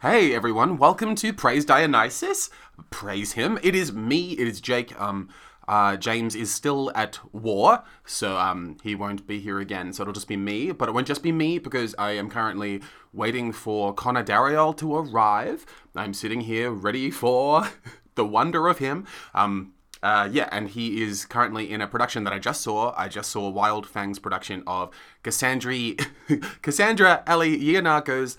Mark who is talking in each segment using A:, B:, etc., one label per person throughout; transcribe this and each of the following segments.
A: Hey everyone, welcome to Praise Dionysus. Praise him. It is me, it is Jake. Um uh, James is still at war, so um, he won't be here again. So it'll just be me, but it won't just be me because I am currently waiting for Connor Dariel to arrive. I'm sitting here ready for the wonder of him. Um, uh, yeah, and he is currently in a production that I just saw. I just saw Wild Fang's production of Cassandri- Cassandra Ellie Giannako's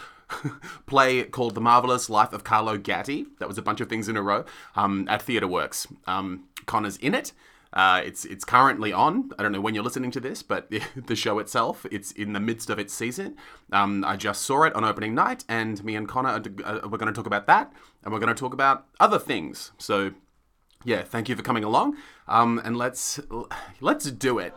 A: play called The Marvelous Life of Carlo Gatti. That was a bunch of things in a row um, at Theatre Works. Um, Connor's in it. Uh, it's it's currently on. I don't know when you're listening to this, but the show itself, it's in the midst of its season. Um, I just saw it on opening night, and me and Connor are, uh, we're going to talk about that, and we're going to talk about other things. So, yeah, thank you for coming along, um, and let's let's do it.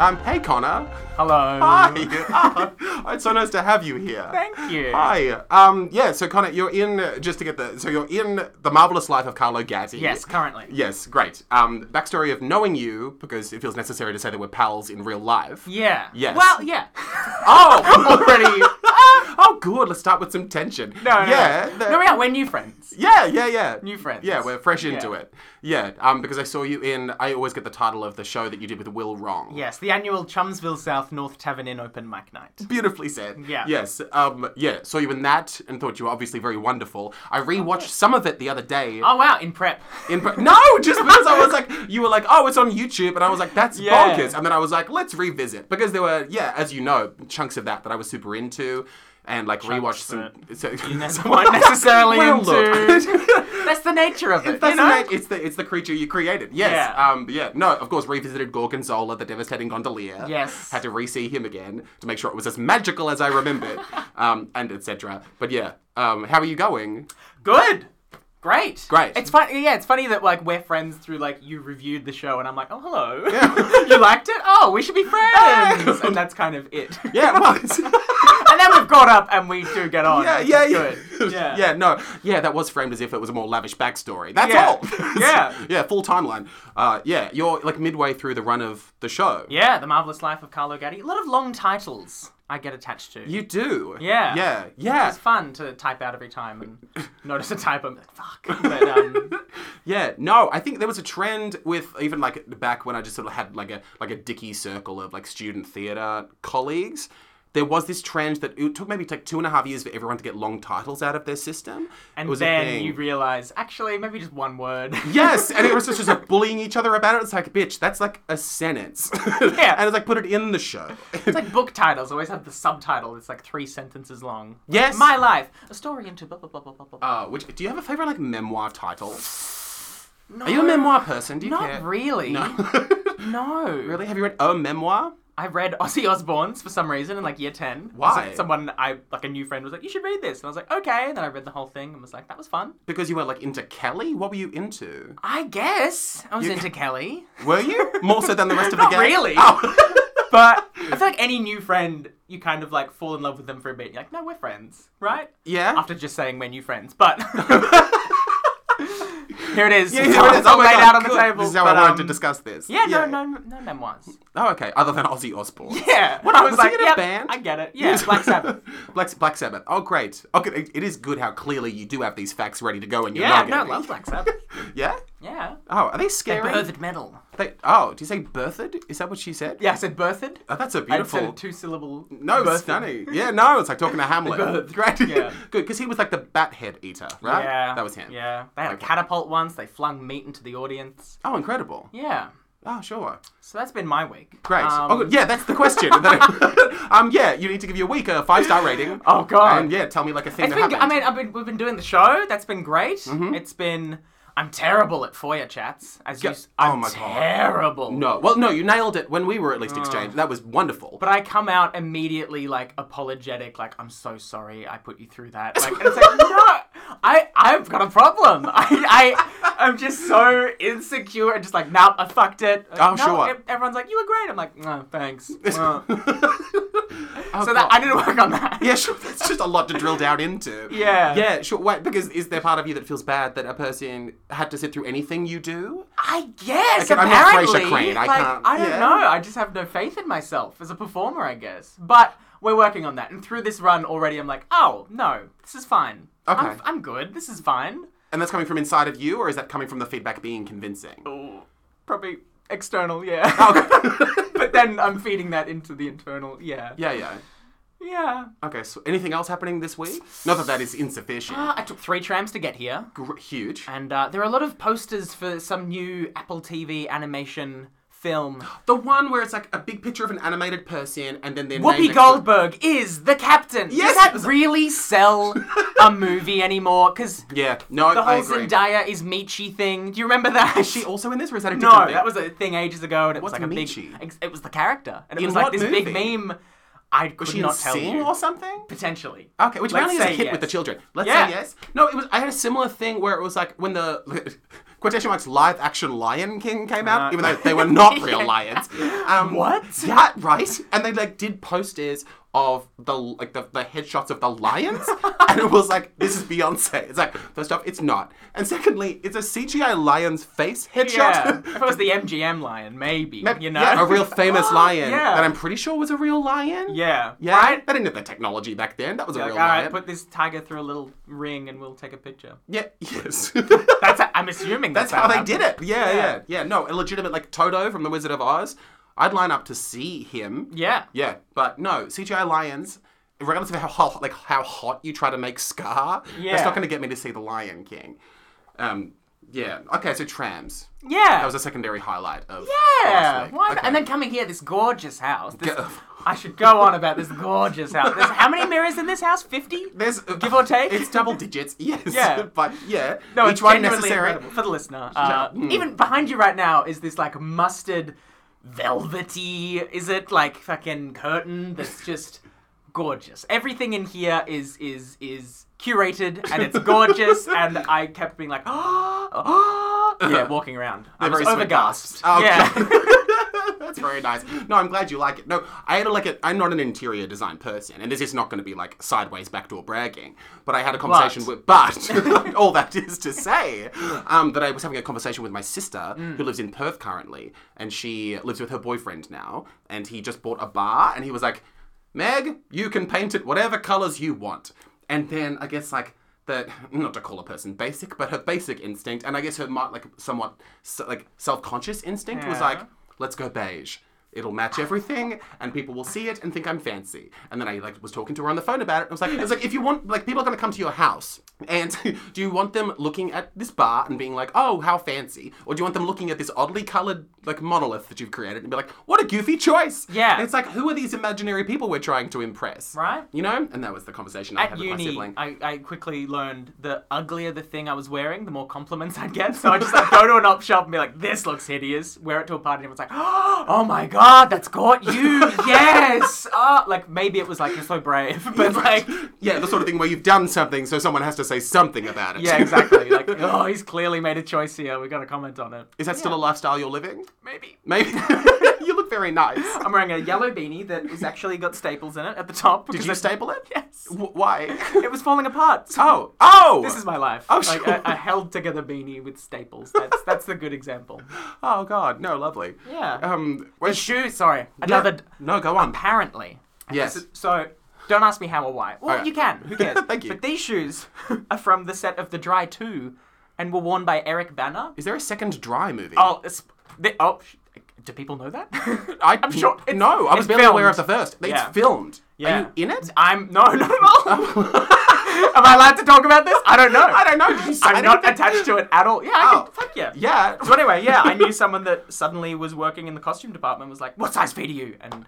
A: Um, hey Connor.
B: Hello.
A: Hi. Ah, it's so nice to have you here.
B: Thank you.
A: Hi. Um, yeah. So Connor, you're in just to get the so you're in the marvelous life of Carlo Gatti.
B: Yes, currently.
A: Yes. Great. Um, backstory of knowing you because it feels necessary to say that we're pals in real life.
B: Yeah.
A: Yes.
B: Well, yeah.
A: Oh.
B: Already.
A: oh, good. Let's start with some tension.
B: No, no.
A: Yeah.
B: No,
A: the-
B: no we are. We're new friends.
A: yeah, yeah, yeah.
B: New friends.
A: Yeah, we're fresh into
B: Yeah.
A: it. Yeah, um, because I saw you in. I always get the title of the show that you did with Will Wrong.
B: Yes, the annual Chumsville South North Tavern Inn open mic night.
A: Beautifully said.
B: Yeah.
A: Yes. Um. Yeah. Saw you in that and thought you were obviously very wonderful. I rewatched some of it the other day.
B: Oh wow, in prep.
A: In pre- no, just because I was like, you were like, oh, it's on YouTube, and I was like, that's
B: Yeah.
A: bonkers. And then I was like, let's revisit because there were, yeah, as you know, chunks of that that I was super into, and like rewatched some. So,
B: That's not necessarily
A: Well,
B: into.
A: look.
B: That's the nature of it.
A: That's
B: you
A: the
B: know?
A: nat- it's the it's the creature you created. Yes.
B: Yeah.
A: Um. Yeah. No. Of course, revisited Gorgonzola, the devastating gondolier.
B: Yes.
A: Had to re-see him again to make sure it was as magical as I remembered. um. And etc. But yeah. Um. How are you going?
B: Good. Great.
A: Great.
B: It's funny. Yeah, it's funny that like we're friends through like you reviewed the show and I'm like, oh hello. you liked it? Oh, we should be friends.
A: Hey.
B: and that's kind of it.
A: Yeah. Well. it's-
B: and then we've caught up and we do get on.
A: Yeah,
B: which
A: yeah,
B: is
A: yeah.
B: Good. Yeah.
A: no. Yeah, that was framed as if it was a more lavish backstory. That's
B: Yeah.
A: all.
B: Yeah.
A: yeah, full timeline. Uh, yeah, you're like midway through the run of the show.
B: Yeah, The Marvelous Life of Carlo Gatti. A lot of long titles I get attached to.
A: You do.
B: Yeah.
A: Yeah, yeah.
B: It's fun to type out every time and notice a typo. I'm like, fuck. But, um,
A: Yeah, no, I think there was a trend with even like back when I just sort of had like a like a dicky circle of like student theatre colleagues. There was this trend that it took maybe like two and a half years for everyone to get long titles out of their system.
B: and
A: it was a
B: then
A: thing.
B: you realize, actually, maybe just one word.
A: Yes, and it was just, just like bullying each other about it. It's like, bitch, that's like a sentence.
B: Yeah.
A: and it's like, put it in the show.
B: it's like book titles always have the subtitle that's like three sentences long.
A: Yes.
B: My life. A story into blah, blah, blah, blah, blah, blah.
A: Uh, which do you have a favorite like memoir title?
B: no,
A: Are you a memoir person? Do you
B: Not
A: care?
B: really.
A: No.
B: No.
A: really? Have you read a memoir?
B: I read Ozzy Osbourne's for some reason in like year ten.
A: Why?
B: Like, Someone I like a new friend was like, "You should read this," and I was like, "Okay." And then I read the whole thing and was like, "That was fun."
A: Because you were like into Kelly. What were you into?
B: I guess I was into Kelly,
A: Were you more so than the rest of
B: Not
A: the gang?
B: really.
A: Oh.
B: but I feel like any new friend, you kind of like fall in love with them for a bit. You're like, "No, we're friends, right?"
A: yeah.
B: After just saying we're new friends, but here it is. Oh
A: Yeah,
B: it's
A: yeah,
B: all,
A: it is.
B: it's all
A: my
B: laid
A: God,
B: out on the
A: good.
B: table.
A: This is how
B: but,
A: I wanted
B: um,
A: to discuss this.
B: Yeah, no, no, no memoirs.
A: Oh, okay. Other than Ozzy Osbourne.
B: Yeah,
A: What, was
B: like,
A: he in a
B: yep,
A: band?
B: I get it. Yeah, Black Sabbath.
A: Black, Black Sabbath. Oh, great. Okay, it- it is good how clearly you do have these facts ready to go in your
B: Yeah,
A: nugget.
B: no, I love Black Sabbath.
A: Yeah?
B: Yeah.
A: Oh, are they scary?
B: Birthed metal.
A: They- oh, did you say birthed? Is that what she said?
B: Yeah, I said birthed.
A: Oh, that's a
B: I said
A: beautiful.
B: a two syllable.
A: No, it's stunning. Yeah, no, it's like talking to Hamlet.
B: Birthed.
A: Great.
B: Yeah.
A: Good, because he was like the bat head eater, right?
B: Yeah.
A: That was him.
B: Yeah. They had
A: Okay.
B: a catapult once. They flung meat into the audience.
A: Oh, incredible.
B: Yeah.
A: Oh, sure.
B: So that's been my week.
A: Great.
B: Um,
A: oh, good. Yeah, that's the question. um, yeah, you need to give you a week a five star rating.
B: Oh, God.
A: And yeah, tell me like a thing
B: It's
A: that
B: been.
A: happened.
B: I mean, I've been, we've been doing the show. That's been great.
A: Mm-hmm.
B: It's been. I'm terrible at FOIA chats. As you.
A: Yeah.
B: s- I'm
A: Oh, my God.
B: terrible.
A: no, well, no, you nailed it when we were at least
B: Uh.
A: exchanged. That was wonderful.
B: But I come out immediately like apologetic, like I'm so sorry I put you through that. Like and it's like no, I I've got a problem. I I I'm just so insecure and just like, nope, I fucked it.
A: Oh,
B: no,
A: sure.
B: e- Everyone's like, you were great. I'm like, no, thanks. Well.
A: Oh,
B: Uh. so
A: God.
B: that I need to work on that.
A: Yeah, sure. It's just a lot to drill down into.
B: Yeah.
A: Yeah, sure. Wait, because is there part of you that feels bad that a person had to sit through anything you do?
B: I guess.
A: Again, I'm not Fraser
B: apparently.
A: Crane, I
B: Like,
A: can't-
B: I don't
A: yeah.
B: know. I just have no faith in myself as a performer, I guess. But we're working on that. And through this run already, I'm like, oh, no, this is fine. I'm,
A: Okay.
B: I'm good. This is fine.
A: And that's coming from inside of you, or is that coming from the feedback being convincing?
B: Probably external, yeah. but then I'm feeding that into the internal, yeah.
A: Oh, Yeah, yeah.
B: Yeah.
A: Okay, so anything else happening this week? Not that that is insufficient.
B: Uh, I took three trams to get here.
A: Gr- huge.
B: And uh, there are a lot of posters for some new Apple TV animation film.
A: The one where it's like a big picture of an animated person and then their name
B: Whoopi
A: next to it.
B: Goldberg is the captain.
A: Yes!
B: Does that really sell a movie anymore? Because
A: Yeah, no,
B: the
A: I
B: whole
A: agree.
B: Zendaya is Michi thing. Do you remember that?
A: Is she also in this, or is that a different
B: no,
A: thing?
B: that was a thing ages ago, and it was
A: What's
B: like a
A: Michi?
B: big. ex- It was the character, and it
A: In
B: was like
A: what
B: this
A: movie?
B: big meme. I could
A: Was she in
B: not tell
A: Sing
B: you.
A: or something?
B: Potentially.
A: Okay, which
B: Let's
A: apparently is a
B: say
A: hit
B: yes.
A: with the children. Let's
B: Yeah.
A: say yes. No, it was. I had a similar thing where it was like when the quotation marks live action Lion King came out,
B: Uh,
A: even though they were not real
B: yeah.
A: lions. Um,
B: What?
A: Yeah, right. And they like did posters of the like the, the headshots of the lions, and it was like this is Beyonce. It's like first off, it's not, and secondly, it's a CGI lion's face
B: Yeah.
A: headshot.
B: if it was the MGM lion, maybe. You know?
A: Yeah, a real famous lion
B: Yeah.
A: that I'm pretty sure was a real lion.
B: Yeah.
A: Yeah,
B: Right?
A: they didn't have that technology back then. That was a
B: Like,
A: real
B: all
A: lion.
B: right, put this tiger through a little ring and we'll take a picture.
A: Yeah, yes.
B: That's i I'm assuming
A: That's
B: that's,
A: how they
B: happened.
A: did it. Yeah, yeah,
B: Yeah.
A: yeah. no, a legitimate like Toto from The Wizard of Oz. I'd line up to see him.
B: Yeah.
A: Yeah, but no, CGI lions. Regardless of how hot, like how hot you try to make Scar, that's
B: Yeah.
A: not going to get me to see The Lion King. Um, yeah. Okay, so trams.
B: Yeah.
A: That was a secondary highlight of. last
B: yeah.
A: week.
B: Why-
A: Okay.
B: And then coming here, this gorgeous house. This,
A: Go-
B: I should go on about this gorgeous house. There's, how many mirrors in this house? 50?
A: there's
B: Give or take?
A: It's double digits. Yes.
B: Yeah.
A: But yeah.
B: No,
A: each
B: it's
A: one
B: genuinely
A: necessary.
B: incredible. for the listener. Uh,
A: Yeah. Mm.
B: Even behind you right now is this like mustard, velvety. Is it like fucking curtain that's just gorgeous? Everything in here is is is curated and it's gorgeous. and I kept being like, oh, yeah, walking around. I was
A: very sweet
B: overgasped.
A: gasps. Oh,
B: yeah.
A: That's very nice. No, I'm glad you like it. No, I had a, like a, I'm not an interior design person, and this is not going to be like sideways backdoor bragging. But I had a conversation with, but all that is to say, um, that I was having a conversation with my sister who lives in Perth currently, and she lives with her boyfriend now, and he just bought a bar, and he was like, Meg, you can paint it whatever colors you want, and then I guess like that not to call a person basic, but her basic instinct, and I guess her mo- like somewhat s like self conscious instinct was
B: Yeah.
A: like, let's go beige. It'll match everything, and people will see it and think I'm fancy. And then I like was talking to her on the phone about it. And I was like, it's like if you want, like people are gonna come to your house, and do you want them looking at this bar and being like, oh, how fancy, or do you want them looking at this oddly colored like monolith that you've created and be like, what a goofy choice?
B: Yeah.
A: And it's like, who are these imaginary people we're trying to impress?
B: Right.
A: You know. And that was the conversation I had
B: At
A: with my
B: uni,
A: sibling.
B: I, I quickly learned the uglier the thing I was wearing, the more compliments I'd get. So I'd just like go to an op shop and be like, this looks hideous. Wear it to a party and everyone's like, oh my god, that's got you. Yes. Ah, like maybe it was like, you're so brave. But like,
A: yeah, the sort of thing where you've done something, so someone has to say something about it.
B: yeah, exactly. Like, oh, he's clearly made a choice here. We've got to comment on it.
A: Is that still a lifestyle you're living?
B: Maybe.
A: Maybe. you look very nice.
B: I'm wearing a yellow beanie that has actually got staples in it at the top.
A: Did
B: because
A: you
B: I-
A: staple it?
B: Yes.
A: W- why?
B: It was falling apart.
A: oh. Oh!
B: This is my life.
A: Oh,
B: like
A: sure.
B: a, a held together beanie with staples. That's that's the good example.
A: Oh, God. No, lovely.
B: Yeah.
A: Um, where's
B: Shoe, sorry. Another.
A: No, go on.
B: Apparently.
A: Yes.
B: So, don't ask me how or why. Well,
A: Okay.
B: you can. Who cares?
A: Thank you.
B: But these shoes are from the set of The Dry 2 and were worn by Eric Banner.
A: Is there a second dry movie?
B: Oh, it's, they, oh sh- do people know that?
A: I, am
B: sure it's-
A: No, I was
B: it's
A: barely aware of the
B: filmed.
A: first. It's
B: Yeah.
A: filmed.
B: Yeah.
A: Are you in it?
B: I'm. No, no, no. Am I allowed to talk about this? I don't know.
A: I don't know. Did you sign
B: I'm not
A: anything?
B: attached to it at all. Yeah, I
A: Oh.
B: can, fuck yeah.
A: Yeah.
B: So anyway, yeah, I knew someone that suddenly was working in the costume department and was like, "What size feet are you?" And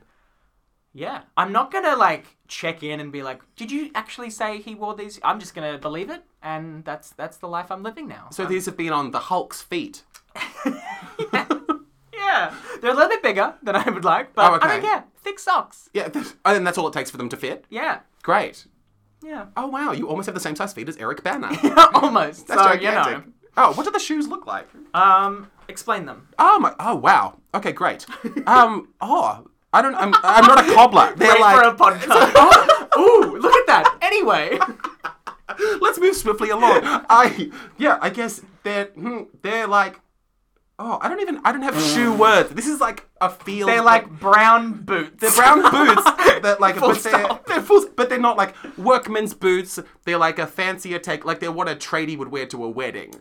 B: yeah, I'm not gonna like check in and be like, "Did you actually say he wore these?" I'm just gonna believe it, and that's that's the life I'm living now.
A: So these have been on the Hulk's feet.
B: yeah, they're a little bit bigger than I would like, but
A: Oh,
B: I
A: okay.
B: don't care. Thick socks.
A: Yeah. th- Oh, and that's all it takes for them to fit.
B: Yeah,
A: Great.
B: yeah,
A: Oh wow, you almost have the same size feet as Eric Banner.
B: almost.
A: That's
B: so you
A: gigantic.
B: know,
A: Oh, what do the shoes look like?
B: Um, explain them.
A: Oh my! Oh wow! Okay, great. Um. Oh, I don't. I'm. I'm not a cobbler. They're
B: Wait
A: like.
B: for a podcast. Ooh, look at that. Anyway,
A: Let's move swiftly along. I. Yeah. I guess they're. hmm, They're like. Oh, I don't even. I don't have shoe words. This is like a field.
B: Mm. they're like brown boots.
A: They're brown boots that like
B: Full
A: but they're,
B: stop.
A: they're full, but they're not like workman's boots. They're like a fancier take, like they're what a tradie would wear to a wedding.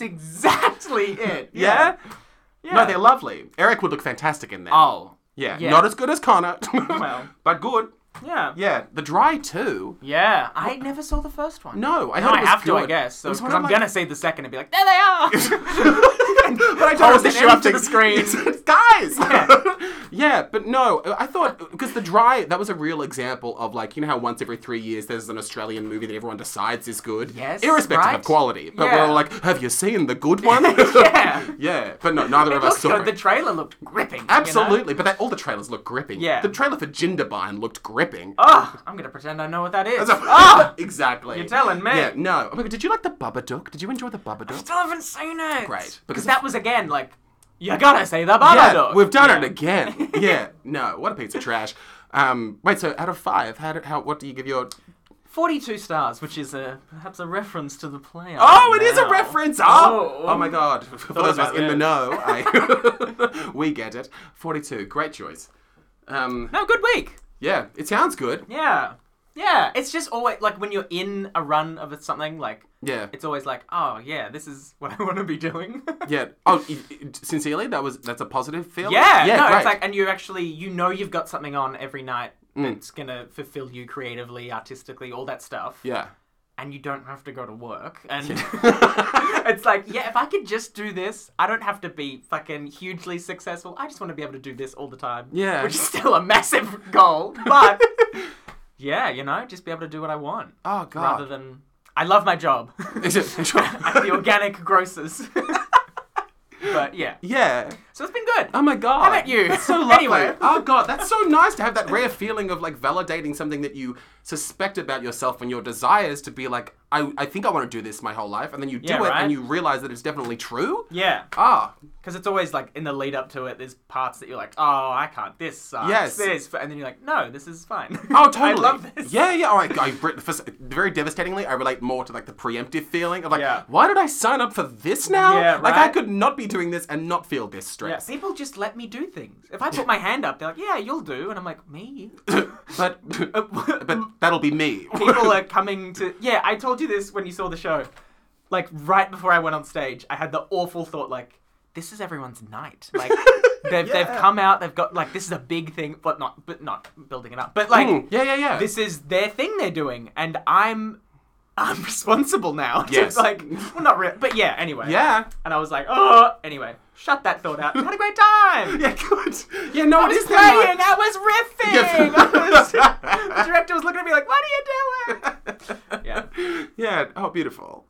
B: exactly it.
A: Yeah?
B: Yeah. yeah.
A: No, they're lovely. Eric would look fantastic in them.
B: oh.
A: yeah,
B: yeah.
A: not as good as Connor,
B: Well.
A: but good.
B: Yeah.
A: Yeah, the dry too.
B: Yeah. I never saw the first one.
A: No, I
B: No,
A: heard
B: I
A: it was
B: have to, I
A: good.
B: guess.
A: It
B: Because
A: was one
B: I'm
A: of, like-
B: gonna say the second and be like, there they are.
A: but I
B: Hold
A: told
B: the
A: the
B: shoe
A: show
B: up to the screen.
A: guys. Yeah. but no, I thought because the dry that was a real example of like you know how once every three years there's an Australian movie that everyone decides is good,
B: Yes,
A: irrespective
B: right?
A: of quality. But
B: Yeah.
A: we're all like, have you seen the good one?
B: Yeah.
A: yeah. But no, neither of us
B: Look,
A: saw
B: good. The
A: it.
B: trailer looked gripping. you know?
A: Absolutely, but that, all the trailers look gripping.
B: Yeah.
A: the trailer for Ginderbine looked gripping.
B: Oh, I'm gonna pretend I know what that is.
A: Ah, exactly.
B: You're telling me.
A: Yeah, no. Oh my God, did you like the Babadook? Did you enjoy the Babadook?
B: Still haven't seen it.
A: Great, because-
B: Because that was again like, you gotta say the Babadook.
A: Yeah, we've done it
B: Yeah.
A: again. Yeah, no, what a piece of trash. Um, wait, so out of five, how, did, how what do you give your?
B: 42 stars, which is a perhaps a reference to the player.
A: Oh, it is a reference. Oh,
B: Oh.
A: oh my god, for those of us
B: about
A: in the
B: this.
A: know, I, we get it. Forty-two, great choice. Um,
B: No, good week.
A: yeah, it sounds good.
B: Yeah. Yeah. It's just always like when you're in a run of something, like,
A: Yeah,
B: it's always like, oh, yeah, this is what I want to be doing.
A: yeah. Oh, i i- sincerely, that was that's a positive feel.
B: Yeah, no,
A: great.
B: it's like, and you actually, you know, you've got something on every night
A: Mm.
B: that's gonna fulfill you creatively, artistically, all that stuff.
A: yeah.
B: And you don't have to go to work. And it's like, yeah, if I could just do this, I don't have to be fucking hugely successful. I just want to be able to do this all the time.
A: Yeah.
B: which is still a massive goal, but yeah, you know, just be able to do what I want
A: Oh god.
B: rather than. I love my job.
A: Is it-
B: the organic grocers. but yeah,
A: yeah.
B: so it's been good.
A: Oh my god.
B: How about you?
A: That's so lovely.
B: Anyway.
A: Oh god, that's so nice to have that rare feeling of like validating something that you suspect about yourself and your desires to be like, I, I think I want to do this my whole life, and then you do
B: Yeah,
A: it
B: right?
A: and you realize that it's definitely true.
B: yeah.
A: Ah,
B: Because it's always like in the lead up to it, there's parts that you're like, oh, I can't. This sucks.
A: Yes.
B: This, and then you're like, no, this is fine.
A: oh totally.
B: I love this.
A: Yeah, yeah. Oh, I, I re- for, s- very devastatingly, I relate more to like the preemptive feeling of like,
B: Yeah.
A: why did I sign up for this now?
B: Yeah,
A: Like I
B: right?
A: could not be doing this and not feel this
B: Yeah,
A: stress.
B: people just let me do things. If I put my hand up, they're like, yeah, you'll do, and I'm like, me.
A: but but that'll be me.
B: people are coming to yeah i told you this when you saw the show like right before i went on stage i had the awful thought like this is everyone's night like they've, they've
A: Yeah.
B: come out they've got like this is a big thing but not but not building it up but like
A: Mm, yeah, yeah, yeah.
B: this is their thing they're doing and i'm i'm responsible now
A: Yes.
B: it's like well not real but yeah anyway
A: yeah.
B: and i was like oh anyway shut that thought out had a great time
A: Yeah, good. Yeah, no,
B: I
A: it
B: was
A: is
B: playing.
A: that nice.
B: I was riffing. I was, the director was looking at me like, "What are you doing?" Yeah.
A: Yeah. Oh, beautiful.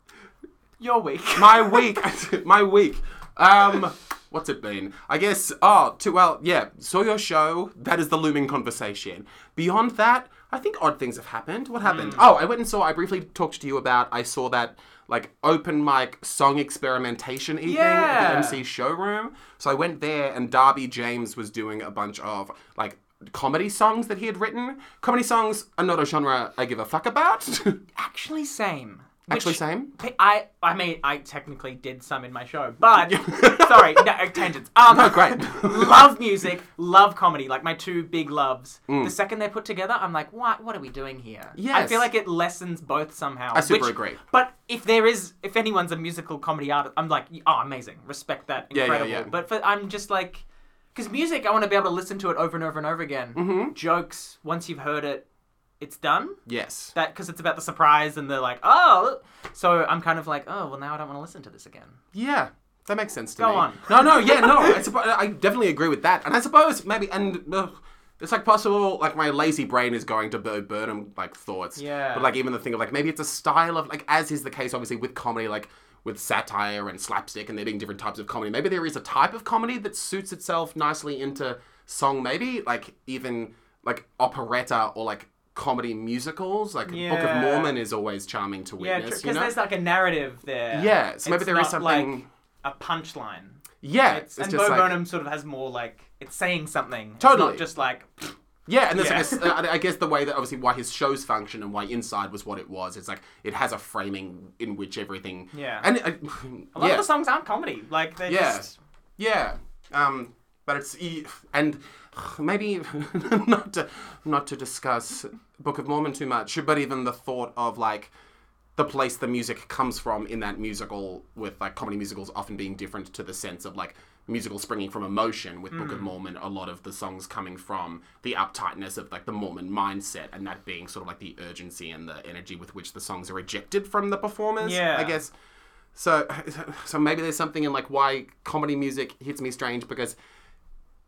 B: Your week.
A: My week. my week. Um, what's it been? I guess. Oh, too well. Yeah. Saw your show. That is the looming conversation. Beyond that, I think odd things have happened. What happened? Oh, I went and saw. I briefly talked to you about. I saw that like open mic song experimentation evening at
B: Yeah.
A: the MC showroom. So I went there, and Darby James was doing a bunch of like. Comedy songs that he had written. Comedy songs are not a genre I give a fuck about.
B: Actually, same.
A: Actually, same.
B: same. I I mean, I technically did some in my show, but sorry, no, tangents. Um,
A: Oh, great.
B: love music, love comedy, like my two big loves. The second they're put together, I'm like, what? What are we doing here? I
A: Mm. Yes.
B: feel like it lessens both somehow. I
A: super agree.
B: But if there is, if anyone's a musical comedy artist, I'm like, oh, amazing, respect that,
A: yeah,
B: incredible.
A: yeah.
B: But for, I'm just like, because music, I want to be able to listen to it over and over and over again.
A: Mm-hmm.
B: Jokes, once you've heard it, it's done.
A: yes.
B: That because it's about the surprise and the like, oh. So I'm kind of like, oh, well, now I don't want to listen to this again.
A: Yeah. That makes sense to
B: Go
A: me.
B: on.
A: No, no, yeah, no. I, suppo- I definitely agree with that. And I suppose maybe, and uh, it's like possible, like my lazy brain is going to Bo Burnham like thoughts.
B: Yeah.
A: But like even the thing of like maybe it's a style of like as is the case obviously with comedy like with satire and slapstick and there being different types of comedy. Maybe there is a type of comedy that suits itself nicely into song. Maybe like even like operetta or like comedy musicals. Like Book of
B: Yeah.
A: Mormon is always charming to
B: Yeah,
A: witness.
B: because
A: you know?
B: there's like a narrative there.
A: Yeah, so maybe
B: It's
A: there is
B: not,
A: something-
B: like a punchline.
A: yeah, it's,
B: It's, and
A: just
B: Bo
A: like
B: Burnham sort of has more like it's saying something. It's
A: Totally.
B: not just like
A: yeah, and there's
B: Yeah.
A: like a s- I I guess the way that obviously why his shows function and why Inside was what it was. It's like it has a framing in which everything
B: Yeah.
A: and it- I-
B: a lot
A: yeah.
B: of the songs aren't comedy. Like they're
A: Yeah.
B: just
A: Yeah. Um, but it's e- and maybe not to not to discuss Book of Mormon too much, but even the thought of like the place the music comes from in that musical, with like comedy musicals often being different to the sense of like musical springing from emotion. With Book of Mormon, a lot of the songs coming from the uptightness of like the Mormon mindset, and that being sort of like the urgency and the energy with which the songs are ejected from the performers.
B: Yeah.
A: I guess. So, so maybe there's something in like why comedy music hits me strange because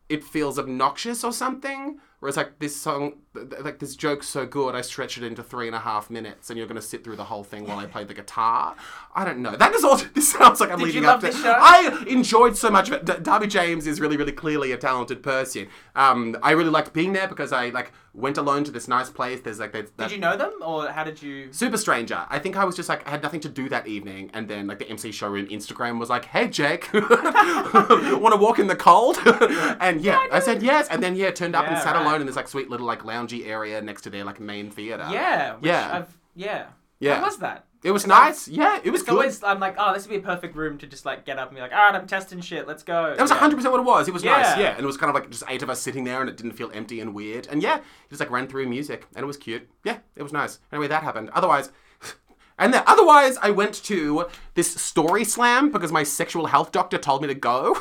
A: it feels obnoxious or something. Whereas like this song, th- th- like this joke's so good, I stretch it into three and a half minutes, and you're gonna sit through the whole thing while I play the guitar. I don't know. That is all. This sounds like I'm leading
B: you love
A: up to.
B: this show?
A: I enjoyed so much of it. D- Darby James is really, really clearly a talented person. Um, I really liked being there because I like went alone to this nice place. There's like that. that
B: Did you know them or how did you
A: Super Stranger. I think I was just like I had nothing to do that evening, and then like the MC showroom Instagram was like, "Hey Jake, want to walk in the cold?" and yeah, I said yes, and then yeah, turned up and
B: Yeah,
A: sat
B: right.
A: alone in this like sweet little like loungy area next to their like main theater.
B: Yeah. Which
A: Uh, Yeah.
B: I've, yeah.
A: Yeah.
B: How was that?
A: it was nice. Yeah, it was
B: It's
A: good.
B: always I'm like, oh, this would be a perfect room to just like get up and be like, all right, I'm testing shit. Let's go.
A: That was
B: yeah.
A: hundred percent what it was. It was nice,
B: Yeah.
A: yeah. And it was kind of like just eight of us sitting there, and it didn't feel empty and weird. And yeah, it just like ran through music, and it was cute. Yeah, it was nice. Anyway, that happened. Otherwise, and then otherwise, I went to this story slam because my sexual health doctor told me to go,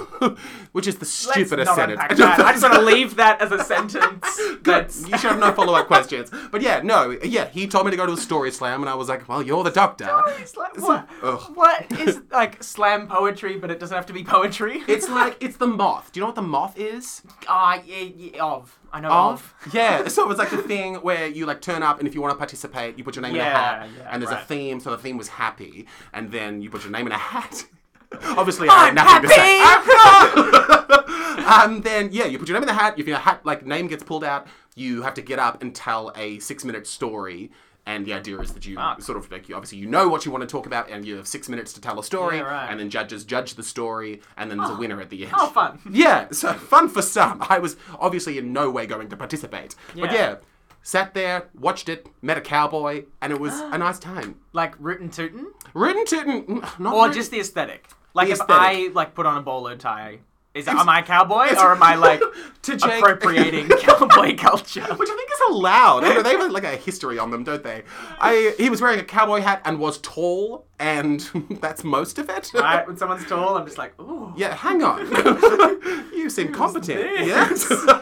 A: which is the
B: Let's
A: stupidest
B: not
A: sentence.
B: unpack that. I just want to leave that as a sentence.
A: Good.
B: That's-
A: You should have no follow up questions. But yeah, no, yeah, he told me to go to a story slam, and I was like, well, you're the doctor.
B: It's like, what,
A: Ugh.
B: what is like slam poetry, but it doesn't have to be poetry?
A: It's like, it's the moth. Do you know what the moth is?
B: Ah, yeah, yeah, of. I know
A: of.
B: of.
A: Yeah, so it was like the thing where you like turn up, and if you want to participate, you put your name in a
B: Yeah,
A: hat,
B: yeah,
A: and there's a
B: right.
A: theme. So the theme was happy, and then you put your name in a hat. Obviously, I had
B: I'm
A: nothing
B: happy!
A: to say. um, then yeah, you put your name in the hat. If your hat like name gets pulled out, you have to get up and tell a six-minute story. And the idea is that you sort of like you obviously you know what you want to talk about, and you have six minutes to tell a story,
B: Yeah, right.
A: and then judges judge the story, and then there's a winner at the end.
B: Oh, fun.
A: Yeah, so fun for some. I was obviously in no way going to participate. But
B: Yeah.
A: yeah, sat there, watched it, met a cowboy, and it was a nice time.
B: Like rootin' tootin'?
A: Rootin' tootin', mm, not
B: Or
A: really-
B: just the aesthetic? Like
A: The
B: if
A: aesthetic.
B: I like put on a bowler tie, is am I a cowboy or am I like
A: To Jake-
B: appropriating cowboy culture?
A: Which I think is allowed. I don't know, they have like a history on them, don't they? I he was wearing a cowboy hat and was tall, and that's most of it.
B: Right? When someone's tall, I'm just like, ooh.
A: Yeah, hang on. you seem competent.
B: this?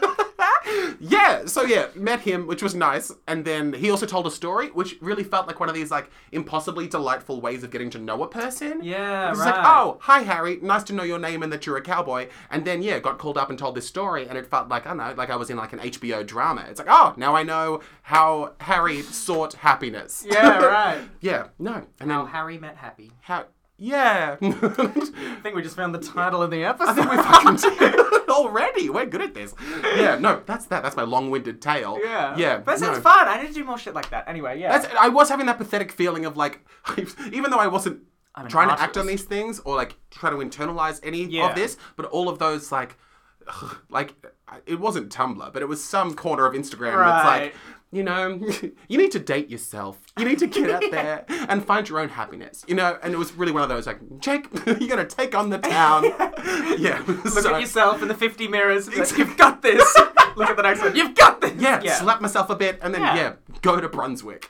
A: Yeah. yeah, so yeah, met him, which was nice. And then he also told a story, which really felt like one of these like impossibly delightful ways of getting to know a person.
B: Yeah,
A: It was like,
B: right.
A: oh, hi Harry, nice to know your name and that you're a cowboy. And then yeah, got called up and told this story and it felt like, I don't know, like I was in like an HBO drama. It's like, oh, now I know how Harry sought happiness.
B: Yeah, right.
A: yeah, no. And
B: How
A: then
B: Harry met Happy.
A: how yeah.
B: I think we just found the title of the episode.
A: we fucking did. already. We're good at this. Yeah, no, that's that. That's my long-winded tale.
B: yeah.
A: yeah.
B: That sounds
A: no.
B: fun. I need to do more shit like that. Anyway, yeah.
A: That's, I was having that pathetic feeling of like, even though I wasn't
B: I'm an
A: trying to act
B: artist.
A: on these things or like try to internalize any
B: Yeah.
A: of this, but all of those like, like it wasn't Tumblr, but it was some corner of Instagram that's like.
B: Right.
A: You know, you need to date yourself. You need to get out there and find your own happiness. You know, and it was really one of those like, Jake, you're gonna take on the town. yeah.
B: Look
A: so-
B: at yourself in the 50 mirrors. and be Like, You've got this. Look at the next one. You've got this.
A: yeah, slap myself a bit, and then yeah,
B: Yeah.
A: go to Brunswick.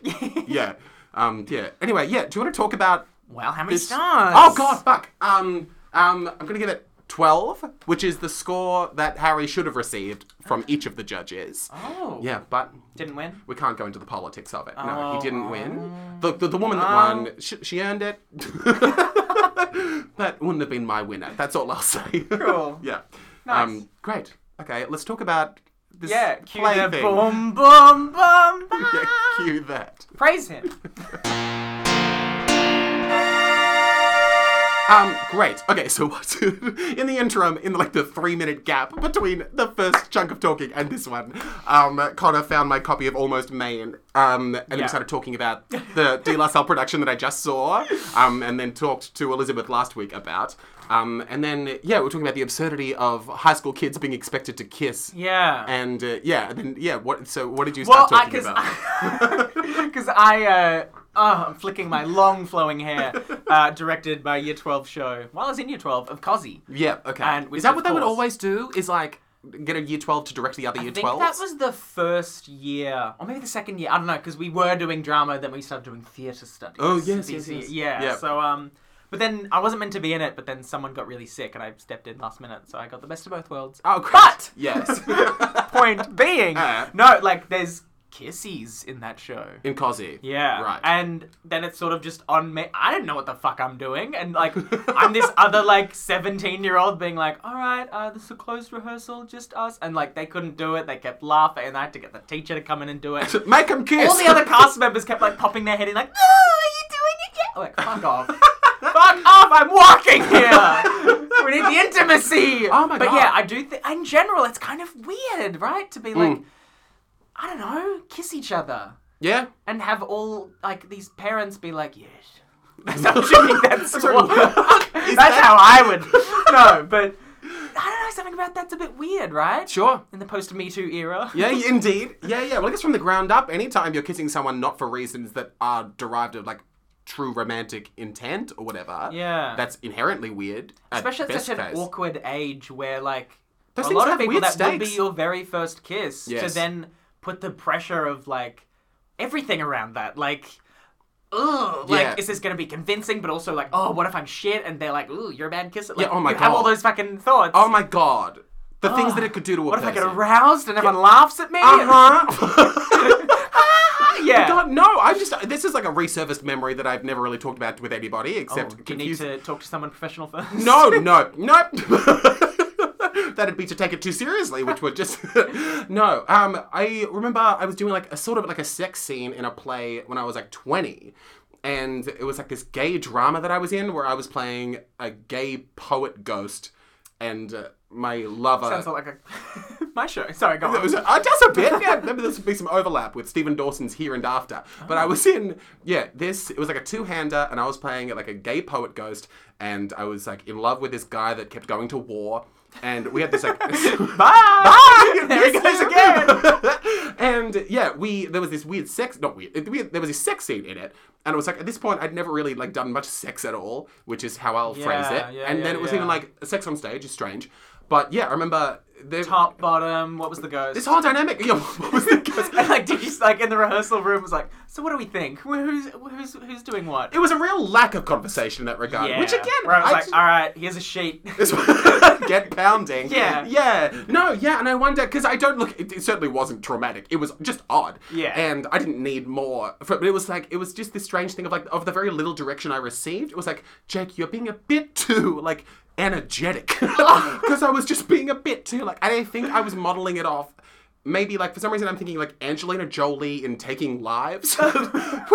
A: yeah, um, yeah. Anyway, yeah. Do you want to talk about?
B: Well, how many
A: this-
B: stars?
A: Oh God, fuck. Um, um, I'm gonna give it twelve, which is the score that Harry should have received from each of the judges.
B: Oh.
A: Yeah, but
B: Didn't win.
A: we can't go into the politics of it. No, he
B: Oh.
A: didn't win. The, the, the woman that won, she, she earned it. that wouldn't have been my winner. That's all I'll say.
B: Cool.
A: yeah.
B: Nice.
A: Um, great. Okay, let's talk about this
B: Yeah. Cue
A: play
B: the
A: thing.
B: boom, boom, boom, boom.
A: Yeah, cue that.
B: Praise him.
A: Um, great. Okay, so what's in the interim, in like the three minute gap between the first chunk of talking and this one, um, Connor found my copy of Almost Maine, um, and then we
B: Yeah.
A: started talking about the De La Salle production that I just saw, um, and then talked to Elizabeth last week about. Um, and then, yeah, we were talking about the absurdity of high school kids being expected to kiss.
B: Yeah.
A: And uh, yeah, and then yeah, what? So what did you
B: well,
A: start talking
B: because
A: about?
B: because I, uh, oh, I'm flicking my long flowing hair, uh, directed by Year Twelve show while I was in Year Twelve of Cosy.
A: Yeah, okay.
B: And
A: is
B: which,
A: that
B: of
A: what they would
B: course-
A: always do? Is like get a year twelve to direct the other year
B: I think
A: twelve?
B: that was the first year, or maybe the second year. I don't know because we were doing drama, then we started doing theatre studies.
A: Oh, yes,
B: this
A: yes, yes.
B: year. Yeah.
A: Yeah.
B: So um, but then I wasn't meant to be in it, but then someone got really sick, and I stepped in last minute, so I got the best of both worlds.
A: Oh, great.
B: But
A: yes.
B: point being,
A: Uh.
B: no, like there's kissies in that show.
A: In Cosy.
B: Yeah.
A: Right.
B: And then it's sort of just on me. I don't know what the fuck I'm doing. And like, I'm this other like 17 year old being like, all right, uh, this is a closed rehearsal, just us. And like, they couldn't do it. They kept laughing. And I had to get the teacher to come in and do it.
A: Make them kiss.
B: All the other cast members kept like popping their head in, like, no, are you doing it yet? I'm like, fuck off. fuck off. I'm walking here. We need the intimacy.
A: Oh my
B: but
A: God. Hmm.
B: yeah, I do think, in general, it's kind of weird, right? To be like, I don't know, kiss each other
A: Yeah.
B: and have all like these parents be like, yes. That's, I'm assuming that's,
A: sorry,
B: what-
A: what?
B: that's how I would. No, but I don't know. Something about that's a bit weird, right?
A: Sure.
B: In the post Me Too era.
A: Yeah, y- indeed. Yeah, yeah. Well, I guess from the ground up, anytime you're kissing someone not for reasons that are derived of like true romantic intent or whatever,
B: Yeah.
A: that's inherently weird. at
B: Especially at
A: best
B: such an
A: case.
B: awkward age where like
A: Those
B: a
A: things
B: lot
A: have
B: of people
A: weird
B: that would be
A: stakes.
B: your very first kiss to
A: Yes.
B: then put the pressure of like everything around that like. Ugh, like
A: Yeah.
B: is this gonna be convincing? But also like, oh, what if I'm shit? And they're like, ooh, you're a bad kisser. Like,
A: oh my
B: you Have all
A: God.
B: those fucking thoughts.
A: Oh my god, the things that it could do to a
B: Ah. What if I
A: person.
B: get aroused and everyone laughs at me?
A: uh huh.
B: yeah.
A: God, no! I just this is like a resurfaced memory that I've never really talked about with anybody
B: Oh,
A: except.
B: do you need
A: confused-
B: to talk to someone professional first?
A: No, no, no. That'd be to take it too seriously, which would just no. Um, I remember I was doing like a sort of like a sex scene in a play when I was like twenty, and it was like this gay drama that I was in where I was playing a gay poet ghost, and uh, my lover.
B: Sounds like a my show. Sorry, go
A: It was
B: on.
A: uh, just a bit. Yeah, maybe there's be some overlap with Stephen Dawson's Here and After. But
B: Oh.
A: I was in yeah this. It was like a two hander, and I was playing like a gay poet ghost, and I was like in love with this guy that kept going to war, and we had this like.
B: Bye.
A: Bye!
B: There he goes again.
A: and yeah, we there was this weird sex, not weird. it- weird- there was this sex scene in it, and it was like at this point I'd never really like done much sex at all, which is how I'll phrase
B: Yeah,
A: it.
B: yeah,
A: and
B: yeah,
A: then it was
B: yeah.
A: even like sex on stage is strange, but yeah, I remember there,
B: Top, bottom. What was the ghost?
A: this whole dynamic. Yeah, what was the ghost?
B: and like, did you like in the rehearsal room? Was like, so what do we think? Who's who's who's doing what?
A: It was a real lack of conversation in that regard, which again,
B: where I was like,
A: just-
B: all right, here's a sheet.
A: get pounding.
B: Yeah.
A: yeah, no, yeah, and I wonder because I don't look. It, it certainly wasn't traumatic. It was just odd.
B: Yeah.
A: and I didn't need more. For, but it was like it was just this strange thing of like of the very little direction I received. It was like Jake, you're being a bit too like energetic because I was just being a bit too like I think I was modeling it off. Maybe like for some reason I'm thinking like Angelina Jolie in Taking Lives, which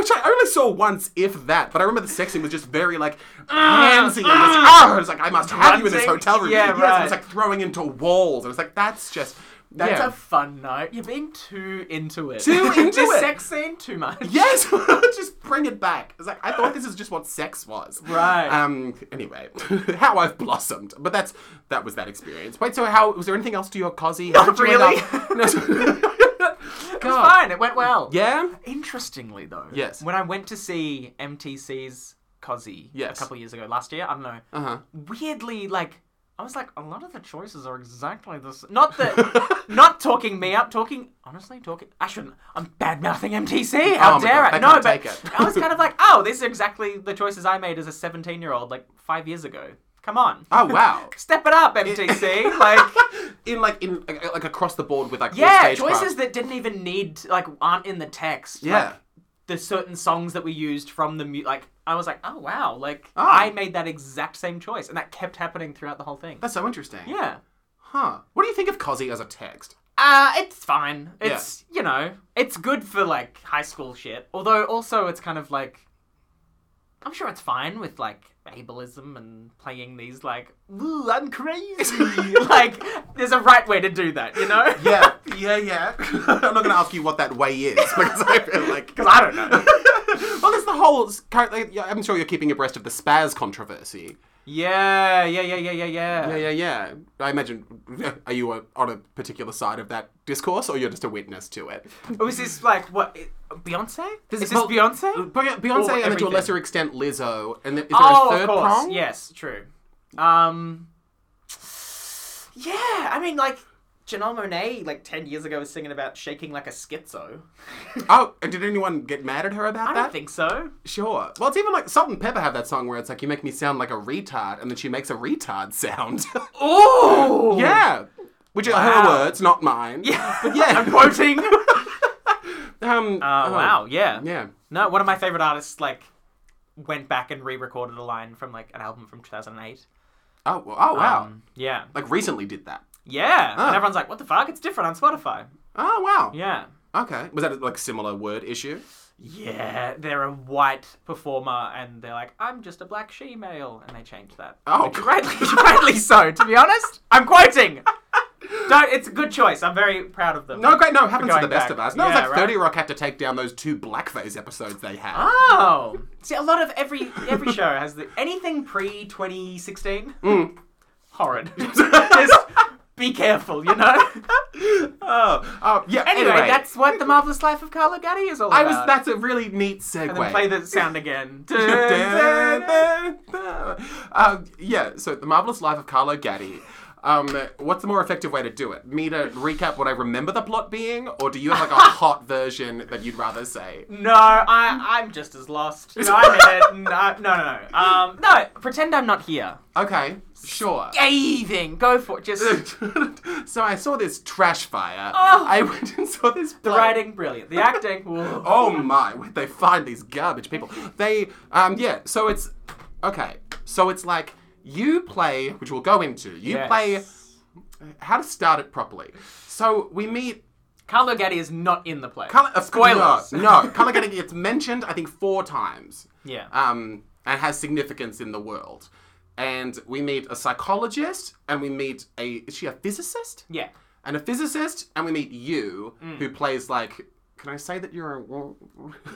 A: I only saw once, if that. But I remember the sex scene was just very like handsy. and just, "Ah," it was like I must have you in this
B: Grunting.
A: hotel room.
B: Yeah,
A: Yes, and
B: right.
A: It's like throwing into walls. And it's like that's just
B: That's
A: yeah.
B: a fun note. You're being too into it.
A: Too into
B: this
A: it.
B: sex scene too much.
A: Yes, just bring it back. It's like I thought this is just what sex was.
B: Right.
A: Um. Anyway, how I've blossomed, but that's that was that experience. Wait. So how was there anything else to your cosy? How
B: Not
A: did you end
B: really.
A: up- No, so-
B: It was
A: God.
B: fine. It went well.
A: Yeah.
B: Interestingly, though,
A: Yes.
B: when I went to see MTC's Cosy
A: Yes.
B: a couple years ago, last year, I don't know,
A: Uh huh.
B: weirdly, like I was like, a lot of the choices are exactly the s Not that, not talking me up, talking honestly, talking. I shouldn't. I'm bad mouthing MTC. How
A: Oh my
B: dare
A: God,
B: I?
A: they
B: No,
A: can't
B: but
A: take it.
B: I was kind of like, oh, this is exactly the choices I made as a 17 year old, like five years ago. Come on.
A: Oh wow.
B: Step it up, MTC. like.
A: in like in uh, like like, across the board with like all
B: Yeah,
A: stage
B: choices
A: craft.
B: that didn't even need like aren't in the text.
A: Yeah.
B: like, the certain songs that we used from the mu- like I was like, oh wow, like
A: Oh.
B: I made that exact same choice, and that kept happening throughout the whole thing.
A: That's so interesting.
B: yeah,
A: Huh. What do you think of cosy as a text?
B: uh, it's fine. It's you know, it's good for like high school shit. Although also it's kind of like I'm sure it's fine with like ableism and playing these like Ooh, I'm crazy. like there's a right way to do that, you know?
A: Yeah, yeah, yeah. I'm not going to ask you what that way is because I feel like.
B: Because I don't know.
A: well, there's the whole. s- cur- like, yeah, I'm sure you're keeping abreast of the spaz controversy.
B: Yeah, yeah, yeah, yeah, yeah, yeah.
A: Yeah, yeah, yeah. I imagine. Are you uh on a particular side of that discourse, or you're just a witness to it?
B: Oh, is this like what i- Beyonce? Is, this
A: well,
B: Beyonce?
A: Be- Beyonce, and then
B: Or
A: to a
B: everything.
A: lesser extent, Lizzo. And then, is there
B: Oh,
A: a
B: of
A: third
B: course.
A: prong?
B: Yes, true. Um, yeah, I mean, like Janelle Monae, like ten years ago, was singing about shaking like a schizo.
A: Oh, and did anyone get mad at her about
B: I
A: that?
B: don't think so.
A: Sure. Well, it's even like Salt and Pepper have that song where it's like you make me sound like a retard, and then she makes a retard sound.
B: Oh,
A: yeah, which are her
B: Wow.
A: words, not mine.
B: yeah,
A: But yeah.
B: I'm quoting.
A: Um.
B: Uh, Wow, yeah.
A: Yeah.
B: No, one of my favorite artists like went back and re-recorded a line from like an album from 2008.
A: Oh. well- Oh. Wow.
B: Um, yeah,
A: like recently did that.
B: yeah. And everyone's like, "What the fuck? It's different on Spotify."
A: Oh. Wow.
B: Yeah.
A: Okay. Was that like a similar word issue?
B: Yeah, they're a white performer, and they're like, "I'm just a black she-male," and they changed that.
A: Oh.
B: Which rightly, rightly so. To be honest, I'm quoting. Don't. It's a good choice. I'm very proud of them.
A: No, great. No, it happens to
B: Going
A: the best
B: back.
A: of us. No, it's
B: Yeah,
A: like
B: right.
A: Thirty Rock had to take down those two blackface episodes they had.
B: Oh, see, a lot of every every show has the anything pre 2016.
A: Mm.
B: Horrid. just be careful, you know.
A: Oh. Oh. Yeah.
B: Anyway,
A: Anyway,
B: that's what the marvelous life of Carlo Gotti is all about.
A: I was. That's a really neat segue.
B: And then play the sound again.
A: um, yeah, so The Marvelous Life of Carlo Gatti. Um, what's the more effective way to do it? Me to recap what I remember the plot being, or do you have like a hot version that you'd rather say?
B: No, I, I'm just as lost. No, I'm in it. No, no, no, no. Um, no, pretend I'm not here.
A: Okay, sure.
B: Anything. Go for it. Just
A: so I saw this trash fire.
B: Oh.
A: I went and saw this
B: the writing, brilliant. The acting. whoa.
A: Oh my, where they find these garbage people. They, um, yeah, so it's, okay, so it's like you play, which we'll go into, you
B: Yes.
A: play how to start it properly. So we meet.
B: Carlo Gatti is not in the play.
A: Colour, uh,
B: Spoilers.
A: No, no Colour Getting gets mentioned, I think, four times.
B: Yeah.
A: Um, and has significance in the world. And we meet a psychologist, and we meet a. Is she a physicist?
B: yeah.
A: And a physicist, and we meet you,
B: Mm.
A: who plays like. Can I say that you're a.